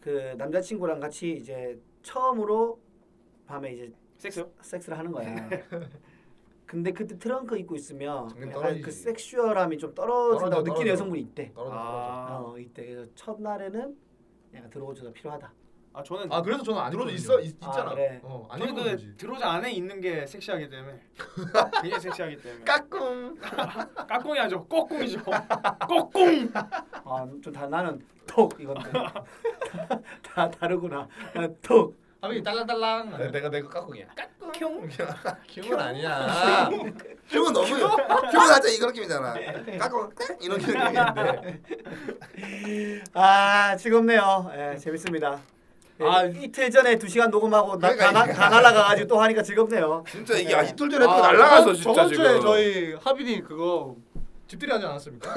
Speaker 1: 그 남자친구랑 같이 이제 처음으로 밤에 이제
Speaker 3: 섹스요?
Speaker 1: 섹스를 하는 거야.
Speaker 5: 네.
Speaker 1: 근데 그때 트렁크 입고 있으면
Speaker 5: 당연히
Speaker 1: 약간
Speaker 5: 떨어지지.
Speaker 1: 그 섹슈얼함이 좀 떨어진다고
Speaker 5: 떨어져,
Speaker 1: 느끼는
Speaker 5: 떨어져.
Speaker 1: 여성분이
Speaker 6: 네.
Speaker 1: 있대.
Speaker 5: 떨어져 떨어져.
Speaker 3: 아,
Speaker 1: 어 이때 그래서 첫날에는 약간 들어오줘가 필요하다.
Speaker 3: 아 저는
Speaker 6: 아 그래서 저는 안
Speaker 5: 들어오지
Speaker 6: 입거든요.
Speaker 5: 있어 있, 있잖아.
Speaker 1: 아, 그래.
Speaker 6: 어, 안
Speaker 3: 저는
Speaker 6: 입는 거지.
Speaker 3: 그 드로자 안에 있는 게 섹시하기 때문에 굉장히 섹시하기 때문에
Speaker 5: 까꿍.
Speaker 3: 깍꿍이 아니죠 꼬꿍이죠 꼬꿍
Speaker 1: 어, 아좀다 나는 톡 이건데 다 다르구나. 나는 톡.
Speaker 6: 하빈이 딸랑딸랑.
Speaker 5: 네, 내- 내가 내가 까꿍이야.
Speaker 3: 켕
Speaker 6: 기분 아니야.
Speaker 5: 큐은 너무 큐은 하자 이런 느낌이잖아.
Speaker 1: 네.
Speaker 5: 까꿍 깍 이런 느낌인데.
Speaker 1: 아 즐겁네요. 예 재밌습니다. 예,
Speaker 6: 아,
Speaker 1: 이틀 전에 두 시간 녹음하고 나, 다, 나,
Speaker 5: 그러니까
Speaker 1: 다 날라가가지고 또 하니까 즐겁네요.
Speaker 5: 진짜 이게 아, 이틀 전에
Speaker 6: 아,
Speaker 5: 또 날라가서
Speaker 6: 저번-
Speaker 5: 진짜
Speaker 6: 저번
Speaker 5: 지금.
Speaker 6: 주에 저희 하빈이 그거 집들이 하지 않았습니까?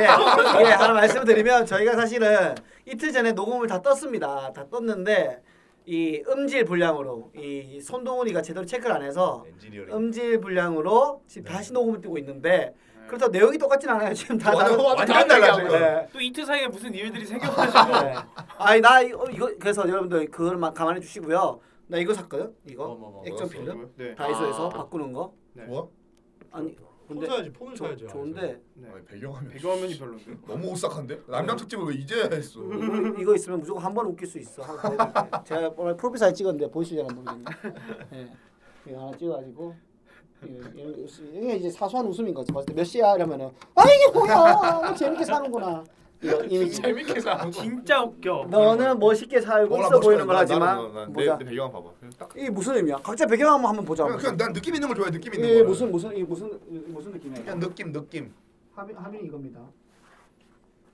Speaker 1: 예, 예, 하나 말씀드리면 저희가 사실은 이틀 전에 녹음을 다 떴습니다. 다 떴는데 이 음질 불량으로 이 손동훈이가 제대로 체크를 안 해서
Speaker 5: 엔지니어링.
Speaker 1: 음. 음질 불량으로 지금
Speaker 6: 네.
Speaker 1: 다시 녹음을 뜨고 있는데 그렇다고 내용이 똑같진 않아요. 지금 다
Speaker 5: 완전-
Speaker 1: 다른-
Speaker 5: 완전 달라, 지금.
Speaker 1: 네.
Speaker 3: 또 이틀 사이에 무슨 일들이 생겨가지고
Speaker 1: 네. 아니 나 이거, 이거 그래서 여러분들 그걸만 감안해 주시고요. 나 이거 샀거든. 이거
Speaker 6: 뭐, 뭐, 뭐,
Speaker 1: 액정
Speaker 5: 뭐였어,
Speaker 1: 필름
Speaker 3: 네.
Speaker 1: 다이소에서
Speaker 6: 아.
Speaker 1: 바꾸는 거.
Speaker 5: 뭐?
Speaker 1: 아니
Speaker 6: 폰
Speaker 1: 근데
Speaker 6: 사야지 폰을
Speaker 1: 조-
Speaker 6: 사야지.
Speaker 1: 좋은데
Speaker 3: 네.
Speaker 5: 아니, 배경화면
Speaker 3: 배경화면이 별론데
Speaker 5: 너무 오싹한데? 남양 특집을 왜 이제 했어?
Speaker 1: 이거, 이거 있으면 무조건 한 번 웃길 수 있어. 하고 보여드릴게요. 제가 오늘 프로필 사진 찍었는데 보이시려나 모르겠네. 예. 이거 하나 찍어가지고 이거- 이거- 이게 이제 사소한 웃음인 거지. 봤을 때 몇 시야 이러면은 아 이게 뭐야? 뭐 재밌게 사는구나. 이거 이미지.
Speaker 6: 재밌게 사는 거.
Speaker 3: 진짜 웃겨
Speaker 1: 너는 멋있게 살고
Speaker 5: 뭐라
Speaker 1: 있어 보이는
Speaker 5: 멋있다.
Speaker 1: 걸 하지
Speaker 5: 나는
Speaker 1: 마.
Speaker 5: 뭐, 난
Speaker 1: 보자.
Speaker 5: 내, 내 배경화 봐봐. 그냥 딱.
Speaker 1: 이게 무슨 의미야? 각자 배경 한번 한번 보자.
Speaker 5: 그냥, 그냥 난 느낌 있는 걸 좋아해. 느낌 있는
Speaker 1: 이게
Speaker 5: 거.
Speaker 1: 무슨 무슨 이게 무슨 이게 무슨 느낌이야? 이거?
Speaker 5: 그냥 느낌 느낌.
Speaker 1: 하빈 하빈이 이겁니다.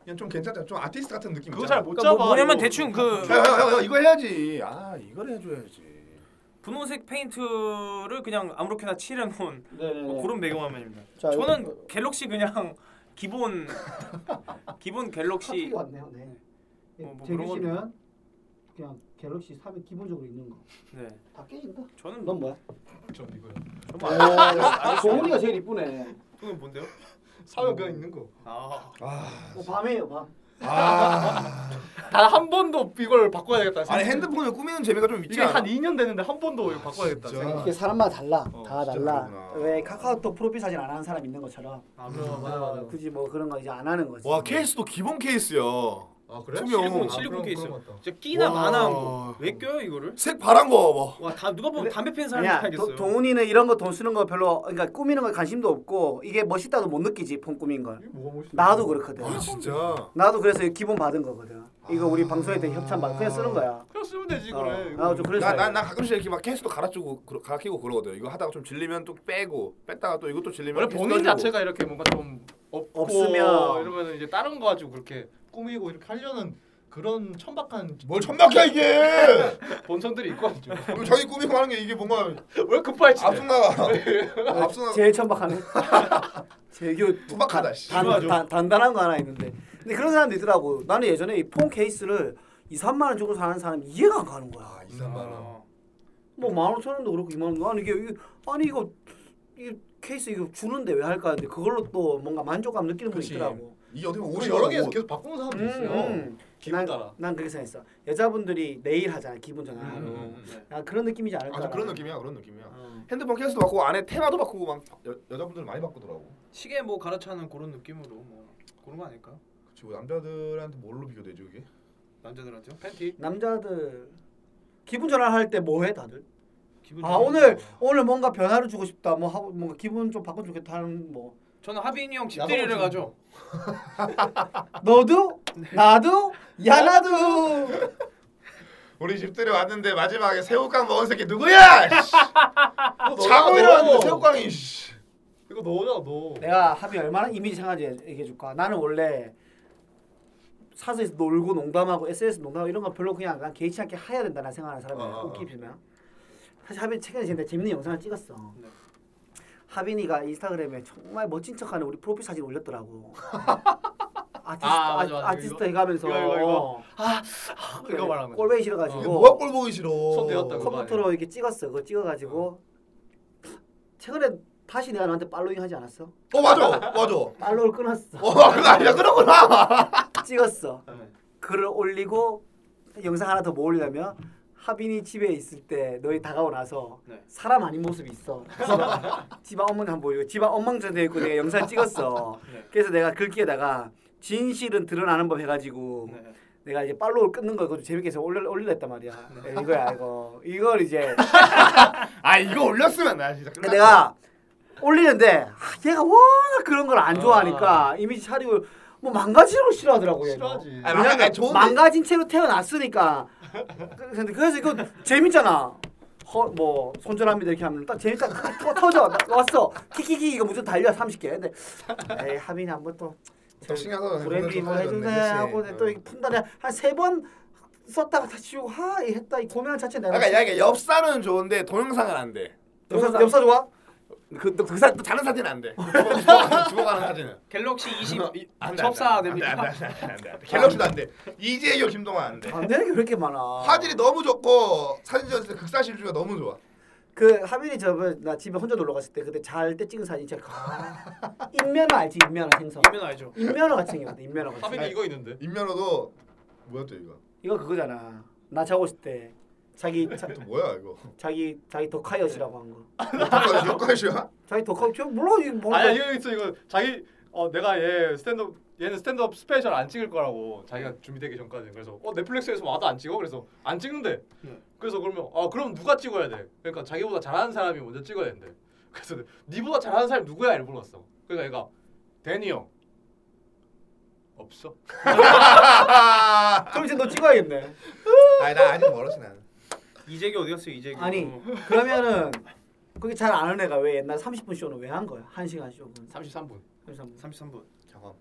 Speaker 5: 그냥 좀 괜찮다. 좀 아티스트 같은 느낌.
Speaker 6: 그거
Speaker 5: 있잖아.
Speaker 6: 잘 못
Speaker 3: 그러니까
Speaker 6: 잡아.
Speaker 3: 뭐 뭐냐면
Speaker 6: 이거.
Speaker 3: 대충 그
Speaker 5: 야, 야, 야, 야, 이거 해야지. 아, 이걸 해줘야지.
Speaker 3: 분홍색 페인트를 그냥 아무렇게나 칠해놓은
Speaker 1: 네네네.
Speaker 5: 어,
Speaker 3: 뭐 그런 배경화면입니다
Speaker 1: 자, 이거- 뭐
Speaker 3: 저는 갤럭시 그냥 기본 기본 갤럭시
Speaker 1: 카톡이 왔네요. 네.
Speaker 5: 어,
Speaker 3: 뭐, 뭐
Speaker 1: 재규
Speaker 3: 그런 건-
Speaker 1: 씨는 그냥 갤럭시 3 기본적으로 있는 거.
Speaker 3: 네
Speaker 1: 다 깨진다.
Speaker 3: 저는
Speaker 1: 넌 뭐야?
Speaker 6: 아, 전 이거요.
Speaker 3: 정말
Speaker 1: 오, 종훈이가 제일 이쁘네.
Speaker 3: 그건 뭔데요?
Speaker 6: 사면 그냥 있는 거.
Speaker 1: 뭐
Speaker 3: 아
Speaker 1: 어, 밤에요, 밤.
Speaker 6: 단 아, 한 번도 이걸 바꿔야겠다.
Speaker 5: 아. 아니
Speaker 6: 생각-
Speaker 5: 핸드폰을 꾸미는 재미가 좀 있지
Speaker 6: 이게 한
Speaker 5: 않아?
Speaker 6: 2년 됐는데 한 번도 이거 바꿔야겠다.
Speaker 5: 진짜.
Speaker 6: 생각.
Speaker 1: 이게 사람마다 달라.
Speaker 5: 어,
Speaker 1: 다
Speaker 5: 진짜
Speaker 1: 달라.
Speaker 5: 그렇구나.
Speaker 1: 왜 카카오톡 프로필 사진 안 하는 사람 있는 것처럼.
Speaker 6: 아, 그럼 맞아 맞아.
Speaker 1: 굳이 뭐 그런 거 이제 안 하는 거지.
Speaker 5: 와 케이스도 기본 케이스야.
Speaker 6: 아 그래?
Speaker 5: 투명.
Speaker 6: 아,
Speaker 5: 실리콘,
Speaker 3: 실리콘
Speaker 6: 그럼-
Speaker 3: 케이스.
Speaker 6: 그럼 맞다.
Speaker 3: 진짜 끼나
Speaker 5: 와.
Speaker 3: 마나 한 거. 왜 껴요 이거를?
Speaker 5: 색 바란 거 봐.
Speaker 3: 와, 다 누가 보면 담배 피는 사람인 줄
Speaker 1: 아니야. 도,
Speaker 3: 알겠어요.
Speaker 1: 동훈이는 이런 거 돈 쓰는 거 별로 그러니까 꾸미는 거 관심도 없고 이게 멋있다도 못 느끼지 폰 꾸민 걸.
Speaker 6: 이게 뭐가 멋있어?
Speaker 1: 나도 그렇거든.
Speaker 5: 와 아, 진짜.
Speaker 1: 나도 그래서 이거 기본 받은 거거든. 이거 우리 방송에 대한 협찬 받고 그냥 쓰는 거야.
Speaker 6: 그냥 쓰면 되지
Speaker 1: 어,
Speaker 6: 그래. 이거.
Speaker 1: 나도 좀 그래서
Speaker 5: 나나 나 가끔씩 이렇게 막 케이스도 갈아주고 그러- 갈아끼고 그러거든. 이거 하다가 좀 질리면 또 빼고 뺐다가 또 이것도 질리면
Speaker 6: 원래
Speaker 5: 케이스
Speaker 6: 본인
Speaker 5: 떠주고.
Speaker 6: 자체가 이렇게 뭔가 좀 없고
Speaker 1: 뭐. 없으면.
Speaker 6: 이러면 이제 다른 거 가지고 그렇게 꾸미고 이렇게 하려는 그런 천박한
Speaker 5: 뭘 천박해 이게
Speaker 2: 본선들이 있고 아니죠.
Speaker 5: 이거 자기 꾸미고 하는 게 이게 뭔가
Speaker 2: 왜 급발진?
Speaker 5: 앞서 나가 앞서 나가
Speaker 1: 제일 천박하네. 제교
Speaker 5: 투박하다, 씨.
Speaker 1: 단, 단, 단단한 거 하나 있는데. 근데 그런 사람도 있더라고. 나는 예전에 이 폰 케이스를 2, 3만 원 주고 사는 사람 이해가 안 가는 거야.
Speaker 5: 아 2, 3만 원
Speaker 3: 음,
Speaker 1: 뭐 15,000원도 그렇고 2만 원도 아니 이게 이게- 아니 이거 이 케이스 이거 주는데 왜 할까 근데 그걸로 또 뭔가 만족감 느끼는 분이
Speaker 6: 그치.
Speaker 1: 있더라고.
Speaker 5: 이게 어떻게 보면 뭐
Speaker 6: 우리
Speaker 5: 옷이
Speaker 6: 여러
Speaker 5: 여러
Speaker 6: 개에서
Speaker 5: 개에서
Speaker 6: 계속 바꾸는 사람도
Speaker 1: 음,
Speaker 6: 있어요.
Speaker 1: 음.
Speaker 6: 기분
Speaker 1: 난-
Speaker 6: 따라.
Speaker 1: 난 그렇게 생각했어. 여자분들이 내일 하잖아 기분 전환.
Speaker 3: 음, 네.
Speaker 1: 아 그런 느낌이지 않을까?
Speaker 5: 아 그런 느낌이야 그런 느낌이야
Speaker 1: 어.
Speaker 5: 핸드폰 케이스도 바꾸고 안에 테마도 바꾸고 막 여, 여자분들 많이 바꾸더라고
Speaker 3: 시계 뭐 갈아차는 그런 느낌으로 뭐 그런 거 아닐까요?
Speaker 5: 그리고 뭐 남자들한테 뭘로 비교되죠 이게
Speaker 3: 남자들한테요? 팬티?
Speaker 1: 남자들 기분 전환할 때 뭐 해 다들?
Speaker 3: 기분
Speaker 1: 아
Speaker 3: 좋은
Speaker 1: 오늘
Speaker 3: 거.
Speaker 1: 오늘 뭔가 변화를 주고 싶다 뭐 하고 뭔가 기분 좀 바꿔 주겠다 하는 뭐
Speaker 3: 저는 하빈이 형
Speaker 6: 야동
Speaker 3: 집들이를 가죠.
Speaker 1: 너도
Speaker 3: 네.
Speaker 1: 나도
Speaker 3: 어?
Speaker 1: 야 나도
Speaker 5: 우리 집들이 왔는데 마지막에 새우깡 먹은 새끼 누구야 씨. 자고 일어났는데 새우깡이 씨.
Speaker 6: 이거 너냐 너.
Speaker 1: 내가 합이 얼마나 이미지 상하지 얘기해 줄까? 나는 원래 사서에서 놀고 농담하고 SNS 농담하고 이런 거 별로 그냥 난 개의치 않게 해야 된다는 생각하는 사람이야.
Speaker 5: 어, 어, 어.
Speaker 1: 웃기 빌면. 사실 하빈 최근에 제가 재밌는 영상을 찍었어.
Speaker 3: 네.
Speaker 1: 하빈이가 인스타그램에 정말 멋진 척하는 우리 프로필 사진 올렸더라고. 아티스트
Speaker 3: 아,
Speaker 1: 아,
Speaker 3: 맞아, 맞아.
Speaker 1: 티스트 해가면서
Speaker 3: 이거, 이거, 이거.
Speaker 1: 어,
Speaker 3: 이거 말하는 거죠.
Speaker 1: 꼴뱅이
Speaker 5: 이게 뭐가
Speaker 1: 싫어가지고
Speaker 5: 꼴 보기 싫어
Speaker 2: 손 대었다고.
Speaker 1: 컴퓨터로 이렇게 찍었어. 그거 찍어가지고 최근에 다시 내가 너한테 팔로잉 하지 않았어?
Speaker 5: 어 맞아 맞아 어
Speaker 1: 팔로우를 끊었어.
Speaker 5: 그거 아니야 그러구나
Speaker 1: 찍었어.
Speaker 3: 네.
Speaker 1: 글을 올리고 영상 하나 더 모으려면 하빈이 집에 있을 때 너희 다가오 나서
Speaker 3: 네.
Speaker 1: 사람 아닌 모습이 있어. 집안, 집안 어머니 한 보이고 집안 엉망진창 돼 있고 내가 영상 찍었어.
Speaker 3: 네.
Speaker 1: 그래서 내가 글귀에다가 진실은 드러나는 법 해가지고
Speaker 3: 네.
Speaker 1: 내가 이제 팔로우 끊는 거 그거 재밌게 해서 올려 올리려 했단 말이야. 네, 이거야 이거 이걸 이제
Speaker 5: 아 이거 올렸으면 나 진짜
Speaker 1: 근데 그러니까 내가
Speaker 5: 어.
Speaker 1: 올리는데 아, 얘가 워낙 그런 걸
Speaker 5: 어.
Speaker 1: 안 좋아하니까 이미지 차리고 뭐 망가지는 걸 싫어하더라고 얘
Speaker 6: 싫어하지.
Speaker 5: 아, 망가- 아니, 좋은데.
Speaker 1: 망가진 채로 태어났으니까 그- 근데 그래서 이거 재밌잖아 허, 뭐 손절합니다 이렇게 하면 딱 재밌다 그 터, 터져 나- 왔어 키키키 이거 무조건 달려 30개 근데 에이 하빈이 한번 또
Speaker 5: 신기하다
Speaker 1: 브랜디 뭐 해주네 하고 내가
Speaker 5: 어.
Speaker 1: 또 이렇게 푼다 내가 한세 번 썼다가 다 치우고 하 이 했다 이 고민을 자체 내가
Speaker 5: 약간 약간 어. 그러니까 엽사는 좋은데 동영상은 안돼
Speaker 1: 엽사 엽사 좋아?
Speaker 5: 그또 그 사- 또 다른 사진은 안돼 죽어가는 사진은
Speaker 3: 갤럭시 20
Speaker 5: 어,
Speaker 3: 이-
Speaker 5: 안돼
Speaker 3: 접사 됩니까?
Speaker 5: 안돼 갤럭시도 안돼 이재혁 김동완
Speaker 2: 네.
Speaker 5: 안돼
Speaker 1: 안 되는 게 왜 이렇게 많아
Speaker 5: 화질이 너무 좋고 사진 찍었을 때 극사실주가 너무 좋아
Speaker 1: 그 하빈이 저번 나 집에 혼자 놀러 갔을 때 그때 잘 때 찍은 사진 진짜 커. 인면허 알지 인면허 생선.
Speaker 3: 이면 알죠.
Speaker 1: 인면허 같이 생겼거든 인면허 같이.
Speaker 2: 아, 하빈이 이거 있는데.
Speaker 5: 임면허도 뭐야 또 이거
Speaker 1: 이거 그거잖아. 나 자고 있을 때 자기 자,
Speaker 5: 또 뭐야 이거
Speaker 1: 자기 자기 독하여시라고 한 거.
Speaker 5: 효과시야
Speaker 1: 자기 독하 저 몰라 이거 뭐 몰라.
Speaker 2: 아니 이거 있어 이거 자기 어 내가 얘 스탠드업 얘는 스탠드업 스페셜 안 찍을 거라고 자기가 준비되기 전까지 그래서 어 넷플릭스에서 와도 안 찍어 그래서 안 찍는데
Speaker 3: 네.
Speaker 2: 그래서 그러면 아 그럼 누가 찍어야 돼 그러니까 자기보다 잘하는 사람이 먼저 찍어야 된대 그래서 니보다 잘하는 사람이 누구야 이를 물었어 그러니까 얘가 데니 형 없어
Speaker 1: 그럼 이제 뭐 너 찍어야겠네.
Speaker 5: 아니 나 아직 멀었어 나는
Speaker 3: 이재기 어디 갔어요? 이재기.
Speaker 1: 아니 그러면은 그게 잘 아는 애가 왜 옛날 30분 쇼는 왜 한 거야? 1 시간 쇼는
Speaker 2: 33분
Speaker 1: 33분.
Speaker 3: 33분.
Speaker 5: 경험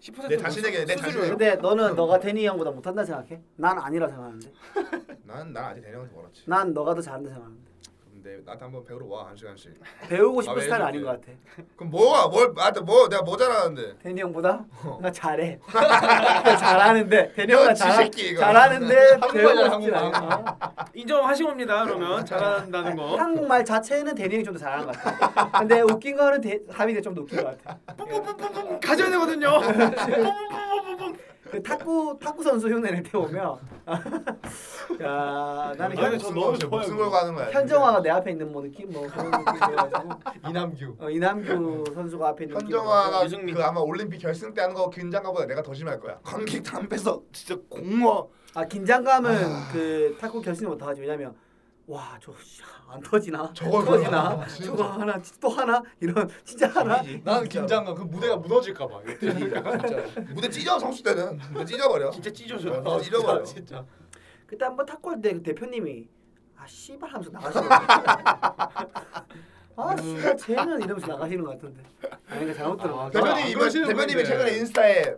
Speaker 3: 10%.
Speaker 5: 내 자신에게 내 자신에게
Speaker 1: 근데 너는 너가 데니 형보다 못한다 생각해? 난 아니라 생각하는데.
Speaker 5: 난난 아직 대령한테 멀었지
Speaker 1: 난 너가 더 잘한다 생각하는데.
Speaker 5: 근데 나한테 한번 배우러 와 한 시간씩
Speaker 1: 배우고
Speaker 5: 아,
Speaker 1: 싶은
Speaker 5: 왜
Speaker 1: 스타일
Speaker 5: 이렇게.
Speaker 1: 아닌 것 같아.
Speaker 5: 그럼 뭐야 뭘 나한테 뭐 내가 뭐 잘하는데
Speaker 1: 대니 형보다 나 잘해. 나 잘하는데 대니 형보다
Speaker 5: 이거
Speaker 1: 잘
Speaker 5: 지새끼, 이거.
Speaker 1: 잘하는데
Speaker 2: 한국말 잘해,
Speaker 1: 배우고 싶진
Speaker 2: 한국말.
Speaker 1: 않아. 어?
Speaker 3: 인정하시옵니다. 그러면 잘한다는 거.
Speaker 1: 한국말 자체는 대니 형이 좀 더 잘하는 것 같아. 근데 웃긴 거는 대, 하빈이 좀더 웃긴 것 같아.
Speaker 3: 뿜뿜뿜뿜 가져야 되거든요. 네. 뿜뿜뿜뿜뿜.
Speaker 1: 그 탁구 탁구 선수 흉내낼 때 보면 야 나는
Speaker 2: 아니,
Speaker 1: 현,
Speaker 2: 저
Speaker 5: 무슨
Speaker 2: 너무
Speaker 5: 걸-
Speaker 2: 좋아요,
Speaker 5: 무슨
Speaker 2: 그거.
Speaker 5: 걸고 하는 거야
Speaker 1: 현정화가 내 앞에 있는 뭐 느낌 뭐 그런 느낌이어가지고
Speaker 2: 이남규
Speaker 1: 어, 이남규 선수가 앞에 있는
Speaker 5: 현정화가
Speaker 3: 유승민.
Speaker 5: 그 아마 올림픽 결승 때 하는 거 긴장감보다 내가 더 심할 거야 관객 담배서 진짜 공허
Speaker 1: 느낌. 아 긴장감은 그 탁구 결승이 못 하지 왜냐면 와 저 안 터지나
Speaker 5: 저걸
Speaker 1: 터지나
Speaker 5: 몰라. 진짜.
Speaker 1: 저거 하나 또 하나 이런 진짜 하나
Speaker 2: 난 긴장감 그 무대가
Speaker 5: 어.
Speaker 2: 무너질까 봐 이거
Speaker 5: 무대 찢어 선수 때는 무대 찢어버려
Speaker 3: 진짜 찢어져.
Speaker 5: 어, 찢어버려
Speaker 2: 진짜
Speaker 1: 그때 한번 탁구할 때그 대표님이 아 씨발 하면서 나가시더라고요. 아 씨발 쟤는 이러면서 나가시는 것 같은데. 아니 그 잘못 들어.
Speaker 2: 아,
Speaker 5: 대표님
Speaker 2: 안
Speaker 5: 이번
Speaker 2: 그러시는
Speaker 5: 대표님이
Speaker 2: 분인데.
Speaker 5: 최근에 인스타에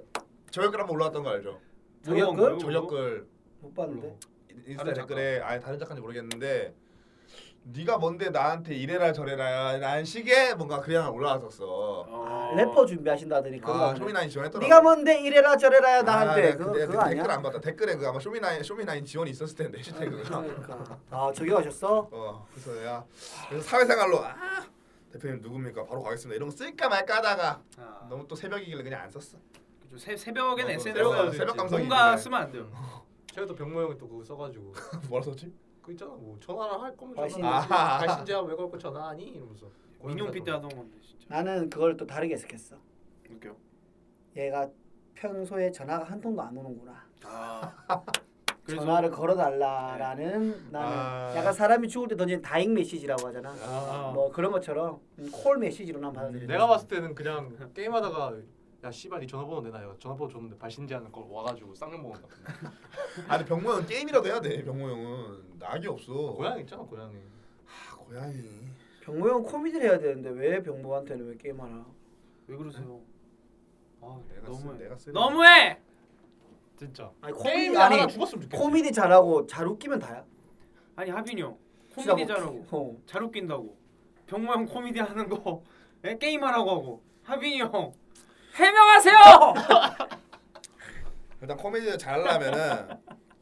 Speaker 5: 저녁글 한번 올라왔던 거 알죠?
Speaker 1: 저격글?
Speaker 5: 전력글
Speaker 1: 못 봤는데.
Speaker 5: 인-
Speaker 2: 어, 다른
Speaker 5: 인스타
Speaker 2: 작가.
Speaker 5: 댓글에 아예 다른 작가인지 모르겠는데 네가 뭔데 나한테 이래라 저래라 라는 식의 뭔가 글이 하나 올라왔었어.
Speaker 1: 아, 래퍼 준비하신다더니 그거.
Speaker 5: 아
Speaker 1: 아,
Speaker 5: 쇼미나인 지원했더라.
Speaker 1: 네가 뭔데 이래라 저래라야 나한테
Speaker 5: 아,
Speaker 1: 그거
Speaker 5: 근데
Speaker 1: 그거 아니야?
Speaker 5: 댓글 안 봤다. 댓글에 그 아마 쇼미나인 쇼미나인 지원이 있었을 텐데 해시태그가.
Speaker 1: 그러니까. 아 저격하셨어?
Speaker 5: 어 그래서 야 그래서 사회생활로 아 대표님 누굽니까 바로 가겠습니다 이런 거 쓸까 말까 하다가 너무 또 새벽이길래 그냥 안 썼어.
Speaker 3: 그죠. 새 새벽엔 어,
Speaker 5: 어,
Speaker 3: SNS
Speaker 5: 새벽-
Speaker 3: 는
Speaker 5: 새벽 감성이
Speaker 3: 뭔가
Speaker 5: 있는데.
Speaker 3: 쓰면 안 돼요.
Speaker 2: 제가 또 병모 형이 또 그거 써가지고
Speaker 5: 뭐라 썼지?
Speaker 2: 그 있잖아 뭐 전화를 할 거면
Speaker 1: 발신-
Speaker 2: 전화하지
Speaker 5: 아하.
Speaker 2: 발신제한 왜 걸고 전화하니 이러면서
Speaker 3: 민용피 때 하던 건데 진짜.
Speaker 1: 나는 그걸 또 다르게 해석했어.
Speaker 3: 웃겨.
Speaker 1: 얘가 평소에 전화가 한 통도 안 오는구나.
Speaker 3: 아.
Speaker 1: 전화를 걸어달라라는 나는
Speaker 5: 아.
Speaker 1: 약간 사람이 죽을 때 던진 다잉 메시지라고 하잖아.
Speaker 2: 아, 네.
Speaker 1: 뭐 그런 것처럼 음, 콜 메시지로 난 받아들여.
Speaker 2: 내가 봤을 때는 그냥 게임하다가 야 씨발 이 전화번호 내놔요 전화번호 줬는데 발신제한 걸 와가지고 쌍욕 먹은 것 같은데
Speaker 5: 아니 병모 형 게임이라도 해야 돼. 병모 형은 낙이 없어.
Speaker 2: 고양이 있잖아 고양이
Speaker 5: 아, 고양이.
Speaker 1: 병모 형 코미디를 해야 되는데 왜 병모한테는 왜 게임하나?
Speaker 3: 왜 그러세요? 아,
Speaker 5: 내가 쓰
Speaker 3: 너무해.
Speaker 5: 내가 쓰
Speaker 3: 너무해.
Speaker 2: 진짜
Speaker 1: 아니
Speaker 2: 게임이
Speaker 1: 코미디
Speaker 2: 하나
Speaker 1: 아니
Speaker 2: 죽었으면 좋겠어
Speaker 1: 코미디 잘하고 잘 웃기면 다야.
Speaker 3: 아니 하빈이 형
Speaker 1: 진짜
Speaker 3: 코미디
Speaker 1: 뭐-
Speaker 3: 잘하고
Speaker 1: 어.
Speaker 3: 잘 웃긴다고 병모 형 코미디 하는 거 예? 게임하라고 하고 하빈이 형 해명하세요.
Speaker 5: 일단 코미디를 잘하려면은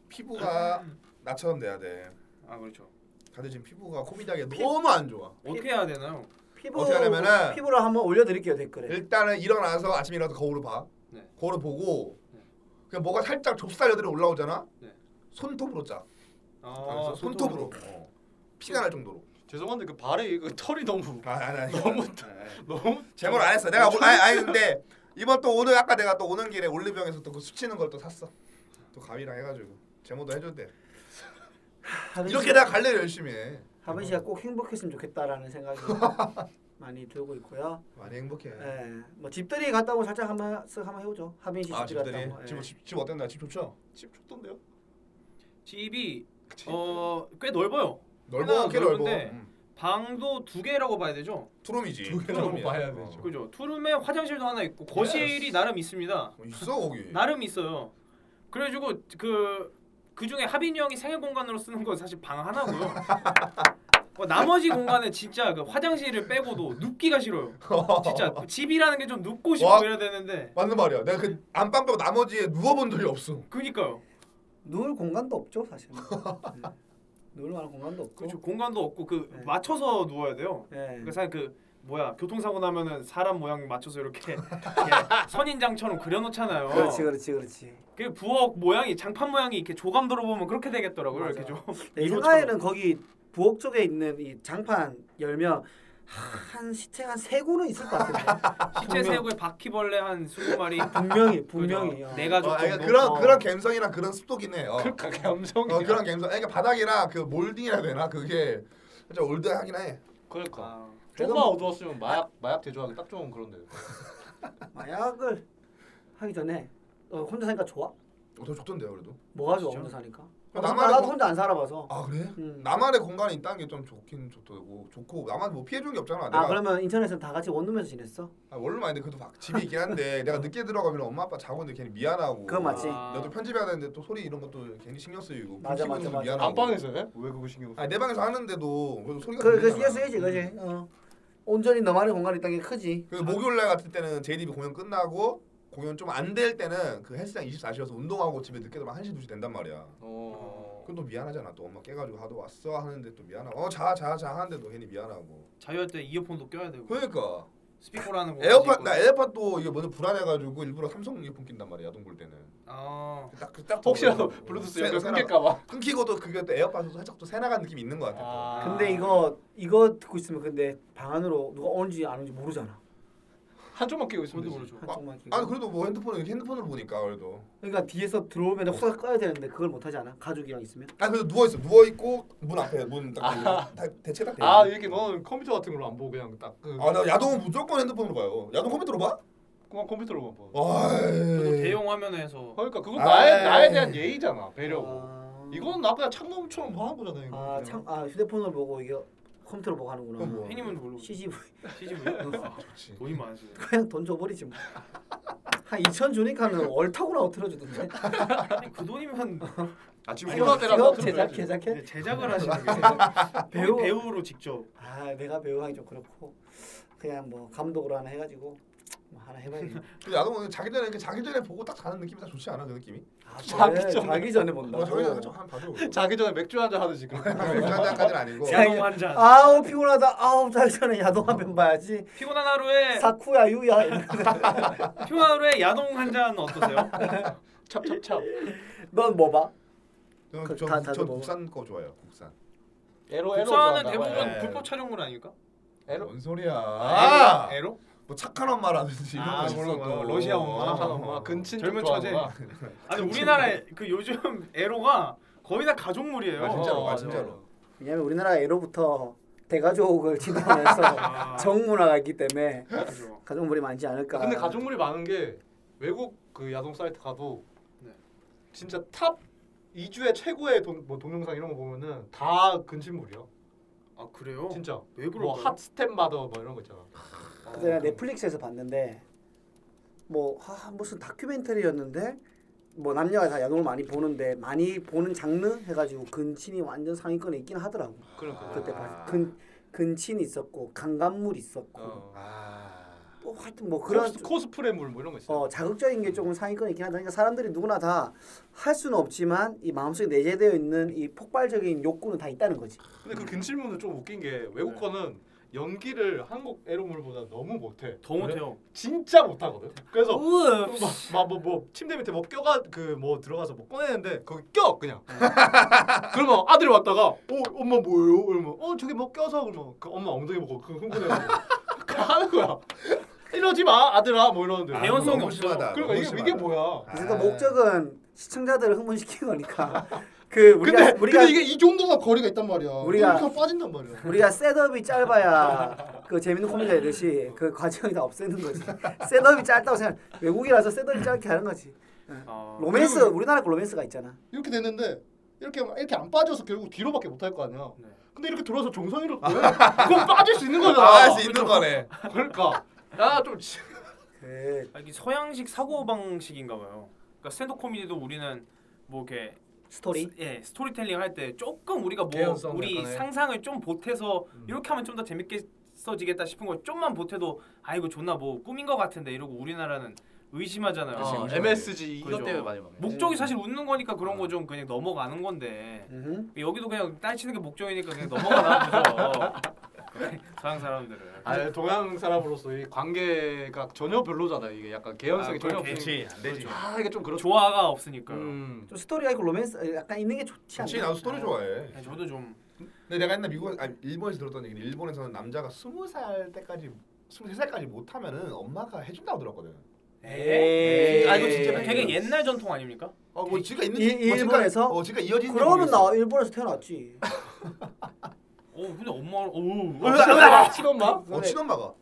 Speaker 5: 피부가 나처럼 돼야 돼.
Speaker 3: 아 그렇죠.
Speaker 5: 다들 지금 피부가 코미디하기 너무 안 좋아.
Speaker 3: 어떻게 해야 되나요?
Speaker 1: 피부
Speaker 5: 어떻게 하냐면은
Speaker 1: 피부를 한번 올려드릴게요 댓글에.
Speaker 5: 일단은 일어나서 아침에 일어나서 거울을 봐.
Speaker 3: 네.
Speaker 5: 거울을 보고
Speaker 3: 네.
Speaker 5: 그냥 뭐가 살짝 좁쌀여들이 올라오잖아.
Speaker 3: 네.
Speaker 5: 손톱으로 짜.
Speaker 3: 아,
Speaker 5: 그래서 손톱으로. 어. 피가 날 정도로.
Speaker 2: 죄송한데 그 발에 그 털이 너무
Speaker 5: 아, 아니 아니.
Speaker 2: 너무 너무
Speaker 5: 제말 안 했어. 내가 뭐- 아니 아니 근데 이번 또 오늘 아까 내가 또 오는 길에 올리브영에서 또 그 수치는 걸 또 샀어. 또 가위랑 해가지고 제모도 해줬대.
Speaker 1: 하빈
Speaker 5: 이렇게
Speaker 1: 씨-
Speaker 5: 내가 관리를 열심히 해.
Speaker 1: 하빈 씨가 꼭 행복했으면 좋겠다라는 생각이 많이 들고 있고요.
Speaker 5: 많이 행복해.
Speaker 1: 예, 뭐 집들이 갔다 오면 살짝 한번 쓱 한번 해보죠. 하빈 씨
Speaker 5: 아
Speaker 1: 집들이 예. 갔다
Speaker 5: 집들이
Speaker 1: 오면.
Speaker 5: 집, 집, 집 어땠나 집 좋죠?
Speaker 2: 집 줬던데요?
Speaker 3: 집이 어 꽤 넓어요.
Speaker 5: 넓어 꽤 넓어
Speaker 3: 넓은데.
Speaker 5: 음.
Speaker 3: 방도 두 개라고 봐야 되죠.
Speaker 5: 투룸이지 어.
Speaker 2: 두 개라고 봐야 되죠.
Speaker 3: 그죠. 투룸에 화장실도 하나 있고 거실이 나름 있습니다.
Speaker 5: 어, 있어 거기
Speaker 3: 나름 있어요. 그래가지고 그 그중에 하빈이 형이 생애 공간으로 쓰는 건 사실 방 하나고요. 어, 나머지 공간은 진짜 그 화장실을 빼고도 눕기가 싫어요. 진짜 집이라는 게 좀 눕고 싶고
Speaker 5: 와.
Speaker 3: 이래야 되는데
Speaker 5: 맞는 말이야 내가 그 안방 빼고 나머지에 누워본 적이 없어
Speaker 3: 그니까요.
Speaker 1: 누울 공간도 없죠 사실. 예. 누울 만한 공간도 없고.
Speaker 3: 그죠 공간도 없고 그
Speaker 1: 네.
Speaker 3: 맞춰서 누워야 돼요.
Speaker 1: 예.
Speaker 3: 그 사실 그 뭐야 교통사고 나면은 사람 모양 맞춰서 이렇게, 이렇게 선인장처럼 그려놓잖아요.
Speaker 1: 그렇지 그렇지 그렇지.
Speaker 3: 그 부엌 모양이 장판 모양이 이렇게 조감 들어보면 그렇게 되겠더라고요. 이렇게 좀
Speaker 1: 내 생각에는 거기 부엌 쪽에 있는 이 장판 열면 한 시체 한 세 구는 있을 것 같은데
Speaker 3: 시체 세우고 바퀴벌레 한 20마리
Speaker 1: 분명히 분명히 어.
Speaker 3: 그렇죠. 내가 좀
Speaker 5: 어, 그러니까
Speaker 3: 정도?
Speaker 5: 그런
Speaker 1: 어.
Speaker 5: 그런 감성이랑 그런 습도긴 해요
Speaker 2: 그러니까 감성이
Speaker 5: 어, 그런 감성 그러니까 바닥이랑 그 몰딩이라 되나 그게 진짜 올드하긴 해
Speaker 2: 그러니까
Speaker 3: 아,
Speaker 2: 좀만 어두웠으면 마약 마약 제조하기 딱 좋은 그런데
Speaker 1: 마약을 하기 전에 어, 혼자 사니까 좋아?
Speaker 5: 어, 더 좋던데요 그래도
Speaker 1: 뭐가 좋아
Speaker 3: 진짜?
Speaker 1: 혼자 사니까?
Speaker 5: 아,
Speaker 1: 나도
Speaker 5: 나만의 공-
Speaker 1: 혼자 안 살아봐서
Speaker 5: 아 그래?
Speaker 1: 음.
Speaker 5: 나만의 공간이 있다는 게 좀 좋긴 좋고 좋고 나만 뭐 피해준 게 없잖아 내가
Speaker 1: 아 그러면 인천에서는 다 같이 원룸에서 지냈어?
Speaker 5: 아, 원룸 아닌데 그래도 막 집이 있긴 한데 내가 늦게 들어가면 엄마 아빠 자고 있는데 괜히 미안하고
Speaker 1: 그건 맞지.
Speaker 3: 아.
Speaker 5: 나도 편집해야 되는데 또 소리 이런 것도 괜히 신경 쓰이고
Speaker 1: 맞아,
Speaker 5: 불 씻는 것도
Speaker 1: 맞아, 맞아.
Speaker 5: 미안하고
Speaker 2: 안방에서 해? 왜 그거 신경 써?
Speaker 5: 아니 내 방에서 하는데도 그래도 소리가
Speaker 1: 그, 그 신경
Speaker 5: 들리잖아.
Speaker 1: 쓰이지 그지? 어. 온전히 너만의 공간이 있다는 게 크지
Speaker 5: 그래서 뭐 목요일날 같은 때는 JDB 공연 끝나고 공연 좀 안 될 때는 그 헬스장 24시여서 운동하고 집에 늦게 들어면 1시 2시 된단 말이야
Speaker 2: 어.
Speaker 5: 그건 또 미안하잖아 또 엄마 깨가지고 하도 왔어 하는데 또 미안하고 어 자 자 자 하는데 또 괜히 미안하고
Speaker 3: 자유할 때 이어폰도 껴야 되고
Speaker 5: 그러니까
Speaker 3: 스피커라는 거.
Speaker 5: 에어팟
Speaker 3: 가지고.
Speaker 5: 나 에어팟 또 이게 먼저 불안해가지고 일부러 삼성 이어폰 낀단 말이야 야동 볼 때는 그
Speaker 3: 아,
Speaker 5: 딱딱
Speaker 2: 혹시라도 블루투스 연결 끊길까봐
Speaker 5: 끊기고도 그게 또 에어팟에서 살짝 또 새나간 느낌이 있는 것 같아. 또.
Speaker 2: 아.
Speaker 1: 근데 이거 이거 듣고 있으면 근데 방 안으로 누가 오는지 안 오는지 모르잖아
Speaker 2: 한쪽만 끼고 있으면
Speaker 3: 저도
Speaker 2: 되지
Speaker 3: 모르죠.
Speaker 1: 한쪽만 끼고
Speaker 5: 아니 그래도 뭐 핸드폰을 핸드폰으로 보니까 그래도
Speaker 1: 그러니까 뒤에서 들어오면 후딱 꺼야 되는데 그걸 못하지 않아? 가족이랑 있으면?
Speaker 5: 아 그래도 누워 있어 누워 있고 문 앞에 문딱 대체 딱 돼.
Speaker 2: 아 이렇게 너는 컴퓨터 같은 걸로 안 보고 그냥 딱그
Speaker 5: 네. 아나 야동은 무조건 핸드폰으로 봐요. 야동 컴퓨터로 봐?
Speaker 2: 그냥 컴퓨터로만 봐
Speaker 5: 와.
Speaker 3: 저도 대형 화면에서
Speaker 2: 그러니까 그건
Speaker 5: 아,
Speaker 2: 나에
Speaker 5: 아,
Speaker 2: 나에
Speaker 5: 아,
Speaker 2: 대한 예의잖아 배려고
Speaker 1: 아...
Speaker 2: 이거는 나 그냥 창놈처럼 뭐 하는 거잖아 이거
Speaker 1: 아,
Speaker 2: 그냥.
Speaker 1: 참, 아 휴대폰을 보고 이게 컴퓨터로 보고 하는구나.
Speaker 5: 그건 뭐.
Speaker 3: 팬이면 모르고
Speaker 1: CGV 네.
Speaker 3: CGV. 아, 돈이 많으시네.
Speaker 1: 그냥 돈 줘버리지 뭐. 한 2천 주니까는 월타고라 어트려주던데.
Speaker 3: 아니, 그 돈이면
Speaker 2: 아 지금 홀라 때라서
Speaker 1: 직업 제작 제작해?
Speaker 3: 이제 제작을 하시는 게 배우
Speaker 1: 네. 아, 배우
Speaker 3: 배우로 직접
Speaker 1: 아 내가 배우 하기 좀 그렇고 그냥 뭐 감독으로 하나 해가지고 뭐 하나 해봐야지.
Speaker 5: 근데 나도 뭐 자기 전에 이렇게 자기 전에 보고 딱 자는 느낌이 다 좋지 않아 그 느낌이?
Speaker 1: 아,
Speaker 2: 자기
Speaker 1: 그래,
Speaker 2: 전에. 아,
Speaker 1: 자기 전에
Speaker 5: 뭐 자기 전에
Speaker 1: 본다고.
Speaker 5: 좀한 봐줘.
Speaker 2: 자기 전에 맥주 한잔 하듯이 그렇게
Speaker 5: 아, 장단까지는 아니고.
Speaker 3: 야동 한잔
Speaker 1: 네. 아우 피곤하다. 아우 자기 전에 야동 한편 봐야지.
Speaker 3: 피곤한
Speaker 2: 네.
Speaker 3: 하루에
Speaker 1: 사쿠야 유야. 이러면서.
Speaker 3: 피곤한 하루에 야동 한잔 어떠세요?
Speaker 2: 찹찹찹
Speaker 1: 넌 뭐 봐? 그- 다- 다들
Speaker 5: 저저
Speaker 1: 먹어.
Speaker 5: 국산 거 좋아해요. 국산.
Speaker 2: 에로 에로 좋아한다.
Speaker 3: 국산은 대부분
Speaker 5: 예.
Speaker 3: 불법 촬영물 아닐까?
Speaker 2: 에로
Speaker 5: 뭔 소리야?
Speaker 3: 아, 에로?
Speaker 5: 뭐 착한 엄마라든지 이런
Speaker 3: 아,
Speaker 5: 거 있어
Speaker 2: 뭐
Speaker 3: 몰라,
Speaker 2: 그러니까.
Speaker 5: 또.
Speaker 3: 몰라. 러시아 엄마.
Speaker 5: 어.
Speaker 2: 아, 막 근친
Speaker 3: 젊은
Speaker 2: 쪽
Speaker 3: 처제.
Speaker 2: 좋아하는구나.
Speaker 3: 아니 우리나라에 그 요즘 에로가 거의 다 가족물이에요.
Speaker 5: 아, 진짜로,
Speaker 2: 어,
Speaker 5: 아, 진짜로.
Speaker 1: 왜냐면 우리나라 예로부터 대가족을 지도하면서
Speaker 3: 아,
Speaker 1: 정문화가 있기 때문에
Speaker 3: 그죠.
Speaker 1: 가족물이 많지 않을까.
Speaker 2: 근데 가족물이 많은 게 외국 그 야동 사이트 가도
Speaker 3: 네.
Speaker 2: 진짜 탑 2주의 최고의 동, 뭐 동영상 이런 거 보면은 다 근친물이야.
Speaker 3: 아 그래요?
Speaker 2: 진짜.
Speaker 3: 왜 그럴까요?
Speaker 2: 뭐 핫스텝 마더 뭐 이런 거 있잖아.
Speaker 3: 어.
Speaker 1: 그래서 내가 넷플릭스에서 봤는데 뭐 아, 무슨 다큐멘터리였는데 뭐 남녀가 다 야동을 많이 보는데 많이 보는 장르 해가지고 근친이 완전 상위권에 있긴 하더라고
Speaker 2: 그러니까.
Speaker 1: 그때 봤- 근 근친 있었고 강간물 있었고
Speaker 2: 어.
Speaker 5: 아.
Speaker 1: 또 하여튼 뭐 그런
Speaker 2: 코스, 코스프레물 뭐 이런 거 있어.
Speaker 1: 어 자극적인 게 조금 상위권에 있긴 하다 그러니까 사람들이 누구나 다 할 수는 없지만 이 마음속에 내재되어 있는 이 폭발적인 욕구는 다 있다는 거지
Speaker 2: 근데 그 근친물은 좀 웃긴 게 외국 거는 연기를 한국 에로물보다 너무 못해.
Speaker 3: 더 못해요.
Speaker 2: 진짜 못하거든. 그래서
Speaker 3: 우와.
Speaker 2: 막뭐뭐 침대 밑에 뭐 껴가 그 뭐 들어가서 뭐 꺼내는데 거기 껴 그냥. 그러면 아들이 왔다가 어 엄마 뭐예요? 이러면 어 저기 뭐 껴서 그러면 그 엄마 엉덩이 보고 그 흥분해가지고 그 하는 거야. 이러지 마 아들아 뭐 이러는데.
Speaker 3: 아, 대연성이
Speaker 5: 너무
Speaker 3: 없어.
Speaker 5: 심하다,
Speaker 2: 그러니까
Speaker 5: 너무
Speaker 2: 이게 이게
Speaker 5: 심하다.
Speaker 2: 뭐야?
Speaker 5: 아.
Speaker 1: 그래서 목적은 시청자들을 흥분시키는 거니까 그 우리가
Speaker 2: 근데
Speaker 1: 우리가
Speaker 2: 근데 이게 이 정도가 거리가 있단 말이야.
Speaker 1: 우리가-
Speaker 2: 우리가 빠진단 말이야.
Speaker 1: 우리가 셋업이 짧아야 그 재밌는 코미디가 되듯이 그 과정이 다 없애는 거지. 셋업이 짧다고 생각. 외국이라서 셋업이 짧게 하는 거지.
Speaker 3: 아,
Speaker 1: 로맨스 우리나라 그 로맨스가 있잖아.
Speaker 2: 이렇게 됐는데 이렇게 이렇게 안 빠져서 결국 뒤로밖에 못 할 거 아니야.
Speaker 3: 네.
Speaker 2: 근데 이렇게 돌아서 정상이로 보여. 그건 빠질 수 있는 거잖아.
Speaker 5: 아, 할수 있는 거네.
Speaker 2: 그러니까 나좀
Speaker 1: 그
Speaker 3: 아, 이게 서양식 사고 방식인가 봐요. 그러니까 스탠드 코미디도 우리는 뭐 이렇게
Speaker 1: 스토리.
Speaker 3: 스- 예 스토리텔링 할 때 조금 우리가 뭐
Speaker 2: 개연성
Speaker 3: 우리
Speaker 2: 약간의.
Speaker 3: 상상을 좀 보태서 이렇게 하면 좀 더 재밌게 써지겠다 싶은 걸 좀만 보태도 아이고 존나 뭐 꿈인 것 같은데 이러고 우리나라는 의심하잖아요.
Speaker 5: 그치,
Speaker 3: 아,
Speaker 5: 의심.
Speaker 2: MSG
Speaker 3: 그죠. 뭐, 목적이 사실 웃는 거니까 그런 거 좀 그냥 넘어가는 건데
Speaker 1: 음.
Speaker 3: 여기도 그냥 딸치는 게 목적이니까 그냥 넘어가나 보죠. 서양 사람들은.
Speaker 2: 아, 동양 사람으로서 이 관계가 전혀 별로잖아. 이게 약간 개연성이
Speaker 3: 아,
Speaker 2: 전혀
Speaker 3: 그렇게.
Speaker 2: 없으니.
Speaker 5: 안 되지.
Speaker 2: 아, 이게 좀 그렇죠.
Speaker 3: 조화가 없으니까요.
Speaker 2: 음.
Speaker 1: 좀 스토리가 있고 로맨스 약간 있는 게 좋지
Speaker 5: 그치
Speaker 1: 않나?
Speaker 5: 나도 스토리 좋아해.
Speaker 3: 네, 저도 좀
Speaker 5: 근데 내가 옛날 미국 아니 일본에서 들었던 얘기는 일본에서는 남자가 스무 살 때까지 스물세 살까지 못하면은 엄마가 해준다고 들었거든.
Speaker 1: 에이.
Speaker 3: 아 이거 진짜
Speaker 5: 되게
Speaker 3: 되게 옛날 전통 아닙니까?
Speaker 5: 어뭐 지가 있는
Speaker 1: 이- 이 일본에서?
Speaker 5: 어 지가 이어지는
Speaker 1: 네. 그러면 나 일본에서 태어났지.
Speaker 3: 어 근데 엄마 음.
Speaker 2: 아, 친엄마?
Speaker 5: 어 친엄마가.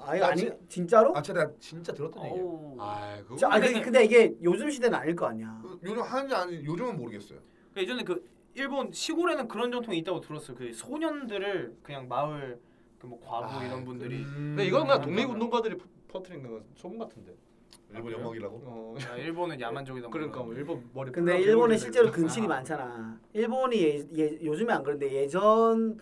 Speaker 1: 아니
Speaker 5: 나
Speaker 1: 아니
Speaker 5: 진-
Speaker 1: 진짜로?
Speaker 5: 아 진짜 내가 진짜 들었던 얘기. 요
Speaker 3: 어우
Speaker 2: 아, 그거
Speaker 1: 자, 아 근데, 근데 이게 요즘 시대는 아닐 거 아니야.
Speaker 5: 그 요즘 하는지 아니 요즘은 모르겠어요.
Speaker 3: 그 예전에 그 일본 시골에는 그런 전통이 있다고 들었어요. 그 소년들을 그냥 마을 그 뭐 과부
Speaker 2: 아,
Speaker 3: 이런 분들이
Speaker 5: 음.
Speaker 2: 근데 이건 그냥 독립 운동가들이 퍼트린 거 소문 같은데.
Speaker 5: 일본 엿먹이려고.
Speaker 2: 어.
Speaker 3: 아, 일본은 야만족이다. 뭐
Speaker 2: 그러니까
Speaker 3: 이런
Speaker 2: 뭐 일본 머리
Speaker 1: 근데
Speaker 2: 풀라
Speaker 1: 일본은
Speaker 2: 배우는데
Speaker 1: 실제로
Speaker 2: 이러면서.
Speaker 1: 근친이 많잖아. 일본이 예, 예, 요즘에 안 그런데 예전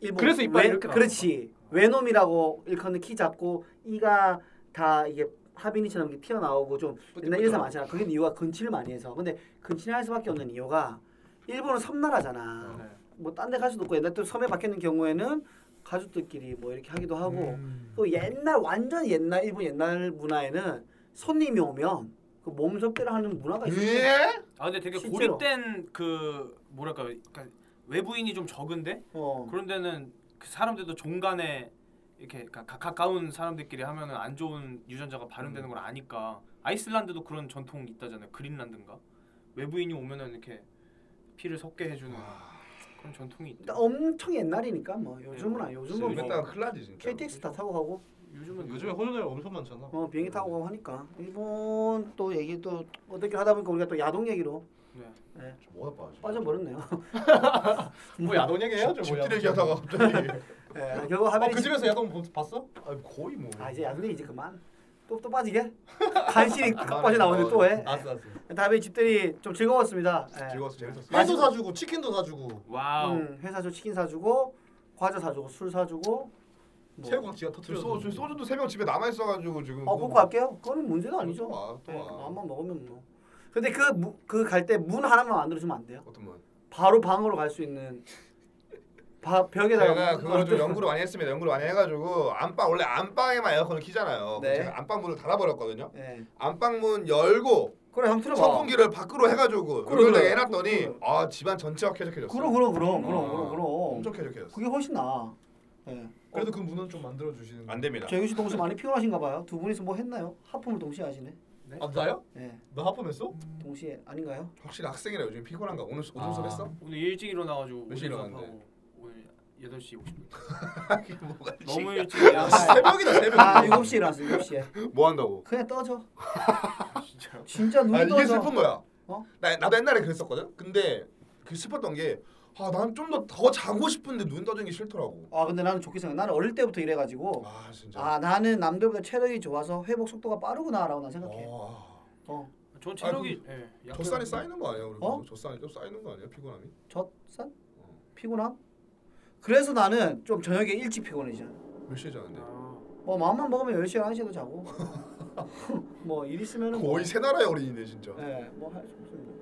Speaker 1: 일본
Speaker 2: 그래서 이빨
Speaker 1: 왜-
Speaker 2: 이렇게 나오는
Speaker 1: 그렇지. 외놈이라고 일컫는 키 작고 이가 다 이게 하빈이처럼 이렇게 튀어나오고 좀 옛날 일사 많잖아. 그게 이유가 근친을 많이 해서. 근데 근친을 할 수밖에 없는 이유가 일본은 섬나라잖아.
Speaker 3: 거. 네.
Speaker 1: 뭐 딴 데 갈 수도 없고 옛날 또 섬에 박혀 있는 경우에는 가족들끼리 뭐 이렇게 하기도 하고
Speaker 2: 음.
Speaker 1: 또 옛날 완전 옛날 일본 옛날 문화에는 손님이 오면 그 몸접대를 하는 문화가 있어.
Speaker 5: 예?
Speaker 3: 아 근데 되게
Speaker 1: 실제로.
Speaker 3: 고립된 그 뭐랄까 그러니까 외부인이 좀 적은데
Speaker 1: 어.
Speaker 3: 그런 데는 그 사람들도 종간에 이렇게 가, 가- 가까운 사람들끼리 하면은 안 좋은 유전자가 발현되는
Speaker 2: 음.
Speaker 3: 걸 아니까 아이슬란드도 그런 전통 있다잖아요. 그린란드인가 외부인이 오면은 이렇게 피를 섞게 해주는
Speaker 5: 아,
Speaker 3: 그런 전통이 있대.
Speaker 1: 일단 엄청 옛날이니까 뭐 요즘은 아 요즘은
Speaker 5: 요즘
Speaker 1: 뭐
Speaker 5: 했다가 큰일 나지 진짜.
Speaker 1: KTX 다 타고 가고
Speaker 3: 요즘은
Speaker 2: 요즘에 혼연애 엄청 많잖아.
Speaker 1: 어 비행기 타고 가고 하니까 일본 또 얘기 또 어떻게 하다 보니까 우리가 또 야동 얘기로
Speaker 3: 네.
Speaker 1: 예,
Speaker 5: 좀 뭐가 빠져. 예,
Speaker 1: 빠져버렸네요.
Speaker 2: 뭐 야동 얘기해야죠. 뭐
Speaker 5: 집들
Speaker 2: 야동.
Speaker 5: 얘기하다가 갑자기.
Speaker 1: 예, 결국
Speaker 2: 어,
Speaker 1: 하빈이
Speaker 2: 그 집에서 야동 봤어?
Speaker 5: 아 거의 뭐.
Speaker 1: 아 이제 야동 얘기 이제 그만. 또, 또 빠지게? 간신히 딱 빠져나오는데 또 해?
Speaker 2: 알았어 알았어.
Speaker 1: 다음에 집들이 좀 즐거웠습니다. 예.
Speaker 5: 즐거웠어 재밌었어.
Speaker 6: 회도 사주고 치킨도
Speaker 2: 뭐.
Speaker 6: 사주고
Speaker 3: 와우.
Speaker 1: 음, 회사주 치킨 사주고 과자 사주고 술 사주고 뭐.
Speaker 2: 체육관 지가 터트려.
Speaker 5: 소, 저 소주도 세 명 집에 남아 있어가지고 지금. 뭐
Speaker 1: 어 그거 갈게요. 그거는 문제가 아니죠.
Speaker 5: 또 와, 또
Speaker 1: 예,
Speaker 5: 와.
Speaker 1: 맘만 먹으면 뭐. 근데 그 그 갈 때 문 하나만 만들어주면 안 돼요?
Speaker 5: 어떤 분?
Speaker 1: 바로 방으로 갈 수 있는 바, 벽에다가
Speaker 5: 제가
Speaker 1: 문
Speaker 5: 그거를 좀
Speaker 1: 만들어-
Speaker 5: 연구를 많이 했습니다. 연구를 많이 해가지고 안방 원래 안방에만 에어컨을 키잖아요.
Speaker 1: 네.
Speaker 5: 제가 안방 문을 닫아버렸거든요.
Speaker 1: 예.
Speaker 5: 안방 문 열고
Speaker 1: 그래 한번 틀어봐.
Speaker 5: 선풍기를 밖으로 해가지고
Speaker 1: 그래,
Speaker 5: 그걸
Speaker 1: 그래.
Speaker 5: 내가 해놨더니
Speaker 1: 그래.
Speaker 5: 아 집안 전체가 쾌적해졌어.
Speaker 1: 그럼 그럼 그럼 그럼
Speaker 5: 아,
Speaker 1: 그럼 그럼.
Speaker 5: 엄청 쾌적해졌어.
Speaker 1: 그게 훨씬 나아. 예.
Speaker 6: 그래도 그 문은 좀 만들어 주시는
Speaker 2: 아.
Speaker 5: 안 됩니다.
Speaker 1: 재규 씨 동시 많이 피곤하신가 봐요. 두 분이서 뭐 했나요? 하품을 동시에 하시네.
Speaker 2: 아 나요?
Speaker 1: 예.
Speaker 2: 나 하품했어?
Speaker 1: 동시에 아닌가요?
Speaker 5: 확실히 학생이라 요즘 피곤한가? 오늘 수- 오늘
Speaker 2: 아.
Speaker 5: 수업했어?
Speaker 3: 오늘 일찍 일어나가지고
Speaker 5: 몇 시에
Speaker 3: 오늘
Speaker 5: 일어났는데?
Speaker 3: 수업하고 오늘 8시 50분.
Speaker 5: 뭐가
Speaker 3: 너무 일찍 일어나.
Speaker 5: 새벽이다 새벽.
Speaker 1: 아, 7시에 일어났어. 7시에.
Speaker 5: 뭐 한다고?
Speaker 1: 그냥 떠져.
Speaker 3: 진짜요?
Speaker 1: 진짜 눈이
Speaker 5: 아 이게
Speaker 1: 떠져.
Speaker 5: 슬픈 거야.
Speaker 1: 어?
Speaker 5: 나 나도 옛날에 그랬었거든. 근데 그 슬펐던 게아난좀더더 더 자고 싶은데 눈 떠지는 게 싫더라고.
Speaker 1: 아, 근데 나는 좋게 생각. 나는 어릴 때부터 이래 가지고
Speaker 5: 아 진짜.
Speaker 1: 아, 나는 남들보다 체력이 좋아서 회복 속도가 빠르구나라고 난 생각해.
Speaker 5: 아,
Speaker 1: 어.
Speaker 3: 전 체력이 예. 약해요.
Speaker 5: 젖산이 쌓이는 거 아니야? 그리고
Speaker 1: 어?
Speaker 5: 젖산이 좀 쌓이는 거 아니야? 피곤함이?
Speaker 1: 젖산? 피곤함? 그래서 나는 좀 저녁에 일찍 피곤해지잖아.
Speaker 5: 몇 시에 자는데?
Speaker 3: 아,
Speaker 1: 뭐 마음만 먹으면 10시 11시도 자고. 뭐 일 있으면은 뭐,
Speaker 5: 거의 새 나라의 어린이네 진짜.
Speaker 1: 예, 뭐할 수 없습니다.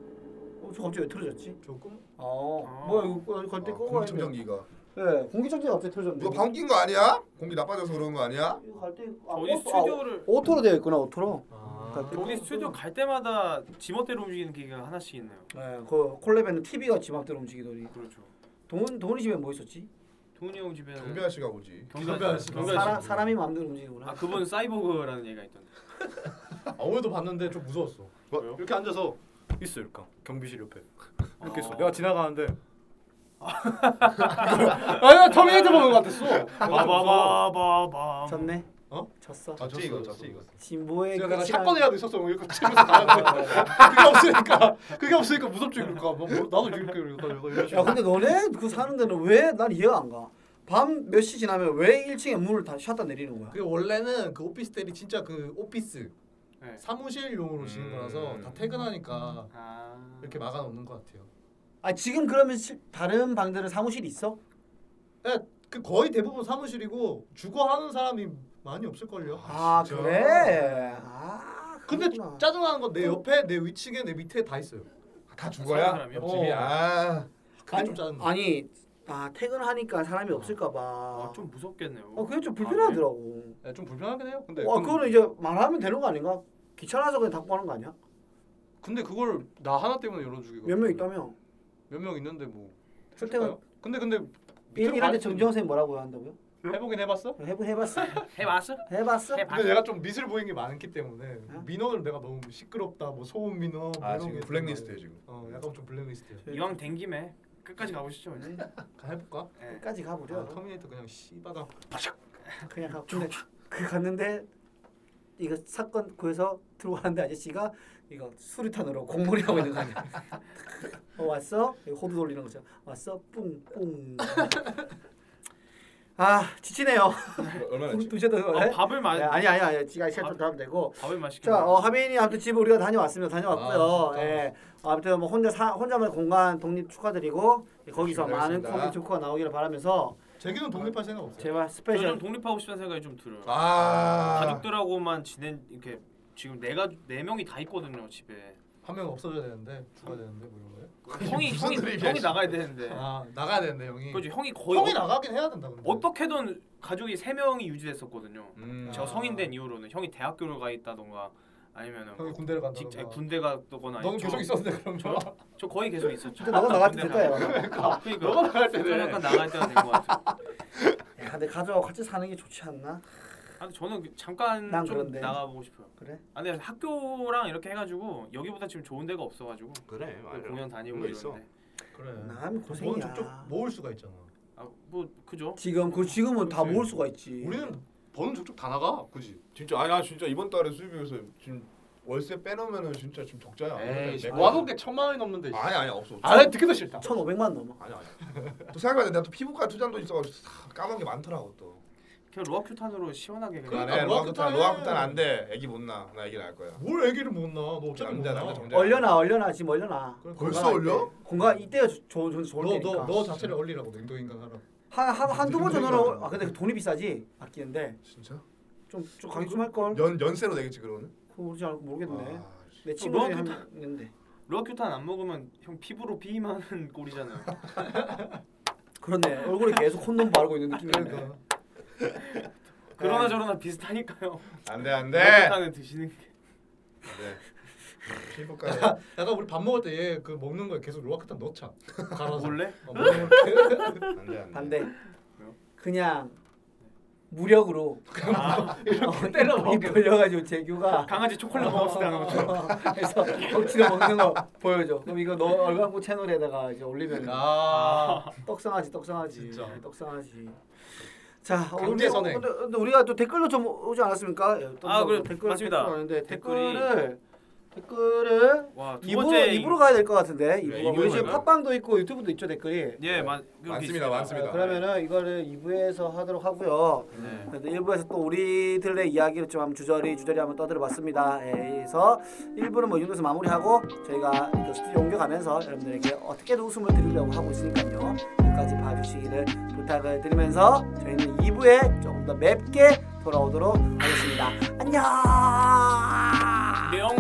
Speaker 1: 어, 저 갑자기 왜 틀어졌지?
Speaker 2: 조금.
Speaker 1: 어,
Speaker 3: 아.
Speaker 1: 뭐야 이거 갑자기
Speaker 5: 아,
Speaker 1: 끄고 가야 돼.
Speaker 5: 공기청정기가
Speaker 1: 예, 공기청정기 갑자기 틀어졌네.
Speaker 5: 누가 방귀 낀거 아니야? 공기 나빠져서 그런 거 아니야?
Speaker 1: 이거 갈때 아,
Speaker 3: 저희
Speaker 1: 버스- 아,
Speaker 3: 스튜디오를
Speaker 1: 오토로 되어 있구나 오토로.
Speaker 2: 아.
Speaker 3: 저희 스튜디오 갈 때마다 지멋대로 움직이는 기계가 하나씩 있네요.
Speaker 1: 예, 그 콜레베는 TV가 지막대로 움직이더니
Speaker 3: 그렇죠.
Speaker 1: 돈 돈이 집에 뭐 있었지?
Speaker 3: 동훈이 형 집에는
Speaker 5: 경비 아저씨가 오지.
Speaker 3: 경비
Speaker 2: 경비 아저씨.
Speaker 1: 사람 사람이 마음대로 움직이구나.
Speaker 3: 아 그분 사이보그라는 얘기가 있던데.
Speaker 2: 아, 오늘도 봤는데 좀 무서웠어.
Speaker 3: 왜요?
Speaker 2: 이렇게 앉아서 있어 이렇게 경비실 옆에 이렇게 있어.
Speaker 3: 아.
Speaker 2: 내가 지나가는데. 아. 아야 터미네이터 보는 것 같았어.
Speaker 3: 아, 바바바바바.
Speaker 1: 졌네.
Speaker 2: 어?
Speaker 1: 졌어.
Speaker 5: 아, 찌 이거, 찌 이거.
Speaker 1: 진보의
Speaker 2: 제가 내가
Speaker 1: 끝이란-
Speaker 2: 사건 해야 있었어. 이렇게 치면서 나가. 그게 없으니까 그게 없으니까 무섭지 그러니까. 뭐, 뭐, 나도 이렇게 이렇게 이렇게 이런
Speaker 1: 야
Speaker 2: 식으로.
Speaker 1: 근데 너네 그 사는 데는 왜 난 이해가 안 가. 밤 몇 시 지나면 왜 1층에 문을 다 닫다 내리는 거야?
Speaker 6: 그게 원래는 그 오피스텔이 진짜 그 오피스
Speaker 3: 네.
Speaker 6: 사무실용으로
Speaker 1: 음.
Speaker 6: 지은 거라서 다 퇴근하니까
Speaker 3: 아.
Speaker 2: 음.
Speaker 6: 이렇게 막아 놓는 것 같아요.
Speaker 1: 아 지금 그러면 실- 다른 방들은 사무실이 있어?
Speaker 6: 그 거의 대부분 사무실이고 주거 하는 사람이 많이 없을 걸요.
Speaker 1: 아,
Speaker 5: 진짜?
Speaker 1: 그래. 아
Speaker 6: 근데
Speaker 1: 그렇구나.
Speaker 6: 짜증나는 건 내 옆에, 내 위층에, 내 밑에 다 있어요.
Speaker 5: 아, 다
Speaker 3: 사는
Speaker 5: 죽어야?
Speaker 3: 사람이요?
Speaker 5: 집이 아.
Speaker 6: 그게 좀 짜증나.
Speaker 1: 아니 아 퇴근하니까 사람이 없을까 봐.
Speaker 3: 아, 좀 무섭겠네요.
Speaker 1: 어 그게 좀 불편하더라고.
Speaker 6: 예, 좀 불편하긴 해요. 근데
Speaker 1: 와
Speaker 6: 아, 그럼-
Speaker 1: 그거는 이제 말하면 되는 거 아닌가? 귀찮아서 그냥 닫고 하는 거 아니야?
Speaker 6: 근데 그걸 나 하나 때문에 열어주기가
Speaker 1: 몇 명 있다며?
Speaker 6: 몇명 있는데 뭐
Speaker 1: 출퇴근
Speaker 6: 해볼까요? 근데 근데 밑으로
Speaker 1: 일할 때
Speaker 6: 가야지.
Speaker 1: 정지영 선생 뭐라고 한다고요?
Speaker 6: 해보긴 해봤어?
Speaker 1: 해보 해봤어?
Speaker 3: 해봤어?
Speaker 1: 해봤어?
Speaker 6: 근데 내가 좀 미술 보인 게 많기 때문에
Speaker 1: 어?
Speaker 6: 민원을 내가 너무 시끄럽다 뭐 소음 민원 뭐
Speaker 5: 아,
Speaker 6: 이런
Speaker 5: 지금
Speaker 6: 게
Speaker 5: 블랙리스트에 지금.
Speaker 6: 있어가지고. 어 약간 좀 블랙리스트야
Speaker 1: 네.
Speaker 3: 이왕 된 김에 끝까지 가보시죠. 이제.
Speaker 6: 해볼까?
Speaker 3: 예.
Speaker 1: 끝까지
Speaker 6: 아,
Speaker 1: 가보려. 뭐?
Speaker 6: 터미네이터 그냥 씨바닥
Speaker 1: 아, 그냥 가. 근데 그 갔는데 이거 사건 구해서 들어왔는데 아저씨가 이거 수류탄으로 공몰이 하고 있는 거 아니야? 어, 왔어? 이거 호두 돌리는 거죠. 왔어? 뿡뿡. 아 지치네요.
Speaker 5: 얼마나 했지?
Speaker 1: 두셔도
Speaker 3: 아, 음. 밥을 마
Speaker 1: 아니 아니 아니 아니 지가 시간 좀 더 하면 되고
Speaker 3: 밥을 맛있게.
Speaker 1: 자 어, 하빈이 아무튼 집 우리가 다녀왔습니다 다녀왔고요
Speaker 5: 아, 진짜.
Speaker 1: 예 아무튼 뭐 혼자 사 혼자만의 공간 독립 축하드리고 거기서 많은
Speaker 5: 고생하셨습니다.
Speaker 1: 코믹 조커가 나오기를 바라면서
Speaker 6: 재규는 독립할 생각 없어요?
Speaker 1: 제발
Speaker 3: 저좀
Speaker 1: 스페셜
Speaker 3: 독립하고 싶다는 생각이 좀 들어요.
Speaker 5: 아.
Speaker 3: 가족들하고만 지낸 이렇게 지금 내가 네 명이 다 있거든요 집에.
Speaker 6: 한 명 없어져야 되는데 죽어야 되는데 뭐 이런 거요?
Speaker 3: 형이
Speaker 5: 무슨
Speaker 3: 형이
Speaker 5: 소리야,
Speaker 3: 형이
Speaker 5: 진짜.
Speaker 3: 나가야
Speaker 1: 네.
Speaker 3: 되는데.
Speaker 6: 아 나가야 되는데 형이
Speaker 3: 그죠 형이 거의
Speaker 6: 형이
Speaker 3: 어,
Speaker 6: 나가긴 해야 된다 근데
Speaker 3: 어떻게든 가족이 세 명이 유지됐었거든요.
Speaker 5: 음.
Speaker 3: 제가
Speaker 6: 아.
Speaker 3: 성인된 이후로는 형이 대학교를 가 있다던가 아니면은 뭐
Speaker 6: 형이 군대를 간다
Speaker 3: 직장 군대 가거나
Speaker 6: 너는
Speaker 3: 저-
Speaker 6: 계속 있었는데 그럼
Speaker 3: 저요? 저 거의 계속 있었죠.
Speaker 1: 근데 너가 나갈 때 됐다, 야.
Speaker 3: 그러니까 너가 나갈 때 약간 나갈 때가 된것 같아.
Speaker 1: 야, 내 가족하고 같이 사는 게 좋지 않나
Speaker 3: 아, 근데 저는 그- 잠깐
Speaker 1: 난
Speaker 3: 좀
Speaker 1: 그런데.
Speaker 3: 나가보고 싶어요.
Speaker 1: 그래?
Speaker 3: 아, 근데 학교랑 이렇게 해가지고 여기보다 지금 좋은 데가 없어가지고 뭐
Speaker 5: 그래. 맞아.
Speaker 3: 공연 다니고
Speaker 5: 그런 거 있어.
Speaker 3: 이러는데.
Speaker 6: 네. 그래
Speaker 1: 나면
Speaker 6: 너는 쭉쭉
Speaker 1: 고생이야
Speaker 6: 뭐 모을 수가 있잖아
Speaker 3: 아뭐 그죠?
Speaker 1: 지금 그 지금은 다
Speaker 6: 그렇지.
Speaker 1: 모을 수가 있지
Speaker 6: 우리는 버는 족족 다 나가 굳이
Speaker 5: 진짜 아니 나 진짜 이번 달에 수입이 그래서 지금 월세 빼놓으면은 진짜 지금 적자야. 네.
Speaker 6: 뭐 에이
Speaker 5: 맨날-
Speaker 6: 와본 게 천만 원이 넘는데
Speaker 5: 아니 아니 네. 없어.
Speaker 6: 아 듣기도 싫다
Speaker 1: 1,500만 넘어
Speaker 5: 아니 아니. 또 생각해봐 내가 또 피부과 투자도 있어가지고 다 까먹은 게 많더라고 또.
Speaker 3: 그냥 로아큐탄으로 시원하게 그냥.
Speaker 5: 그러니까 안해 로아쿠탄
Speaker 6: 로아쿠탄은-
Speaker 5: 로아쿠탄 안돼 애기 못나 나 애기 낳을 거야
Speaker 6: 뭘 애기를 못 낳아? 너 어차피 못
Speaker 5: 남자
Speaker 6: 낳아.
Speaker 1: 뭐
Speaker 5: 남자 정자
Speaker 1: 얼려놔 얼려놔 지금 얼려놔.
Speaker 6: 그래,
Speaker 5: 벌써
Speaker 6: 건강할
Speaker 5: 얼려?
Speaker 6: 때.
Speaker 1: 공간 이때가 조- 좋은 좋은 좋을
Speaker 6: 너, 너,
Speaker 1: 때니까. 네.
Speaker 6: 너 자체를 얼리라고 냉동인간 하라고.
Speaker 1: 한한한두번
Speaker 6: 그러니까.
Speaker 1: 전화로 아 근데 돈이 비싸지 아끼는데
Speaker 5: 진짜?
Speaker 1: 좀좀 가격 좀할 걸.
Speaker 5: 연 연세로 되겠지 그러면?
Speaker 1: 그러지 않고 모르겠네.
Speaker 5: 아,
Speaker 1: 내
Speaker 3: 어,
Speaker 1: 친구 중에
Speaker 3: 너한테
Speaker 1: 한 명 있는데
Speaker 3: 로아큐탄 안 먹으면 형 피부로 비만한 꼴이잖아요.
Speaker 5: 네.
Speaker 1: 그렇네 얼굴에 계속 콘돔 바르고 있는 느낌이네.
Speaker 6: 그러니까.
Speaker 3: 그러나 저러나 비슷하니까요.
Speaker 5: 안돼 안돼
Speaker 3: 로아큐탄을 드시는 게.
Speaker 5: 피부과
Speaker 6: 약간 우리 밥 먹을 때 얘 그 먹는 거에 계속 로아크탄 넣자. 갈아서.
Speaker 3: 몰래?
Speaker 6: 어, 먹는 거.
Speaker 5: 안돼 안돼
Speaker 1: 반대. 그냥 무력으로 이렇게 때려 먹 벌려가지고 재규가
Speaker 3: 강아지 초콜릿 먹었을 때 하는 것처럼.
Speaker 1: 그래서 억지로 먹는 거 보여줘. 그럼 이거 너 얼간부 채널에다가 이제 올리면
Speaker 3: 그러니까.
Speaker 6: 아,
Speaker 1: 떡상하지 떡상하지
Speaker 6: 진짜.
Speaker 1: 떡상하지. 자, 어,
Speaker 6: 강제 선행.
Speaker 1: 근데, 근데 우리가 또 댓글로 좀 오지 않았습니까? 예, 또
Speaker 3: 아,
Speaker 1: 뭐
Speaker 3: 그래,
Speaker 1: 댓글
Speaker 3: 맞습니다.
Speaker 1: 댓글 왔는데
Speaker 3: 댓글이-
Speaker 1: 댓글을 댓글을
Speaker 3: 와, 두
Speaker 1: 입으로
Speaker 3: 번째 네,
Speaker 1: 입으로 가야 될 것 같은데
Speaker 5: 그래,
Speaker 1: 입으로 우리
Speaker 5: 입으로
Speaker 1: 지금
Speaker 5: 가요.
Speaker 1: 팟빵도 있고 유튜브도 있죠 댓글이.
Speaker 3: 예, 맞. 여기
Speaker 5: 많습니다, 네,
Speaker 3: 있습니다.
Speaker 5: 많습니다.
Speaker 1: 어, 그러면은 이거를 2부에서 하도록 하고요.
Speaker 3: 네.
Speaker 1: 그래도 1부에서 또 우리들의 이야기를 좀 한번 주저리 주저리 한번 떠들어봤습니다. 예, 그래서 1부는 뭐 이 정도에서 마무리하고 저희가 그 스튜디오 옮겨가면서 여러분들에게 어떻게든 웃음을 드리려고 하고 있으니까요. 끝까지 봐주시기를 부탁을 드리면서 저희는 2부에 조금 더 맵게 돌아오도록 하겠습니다. 안녕.
Speaker 3: 명.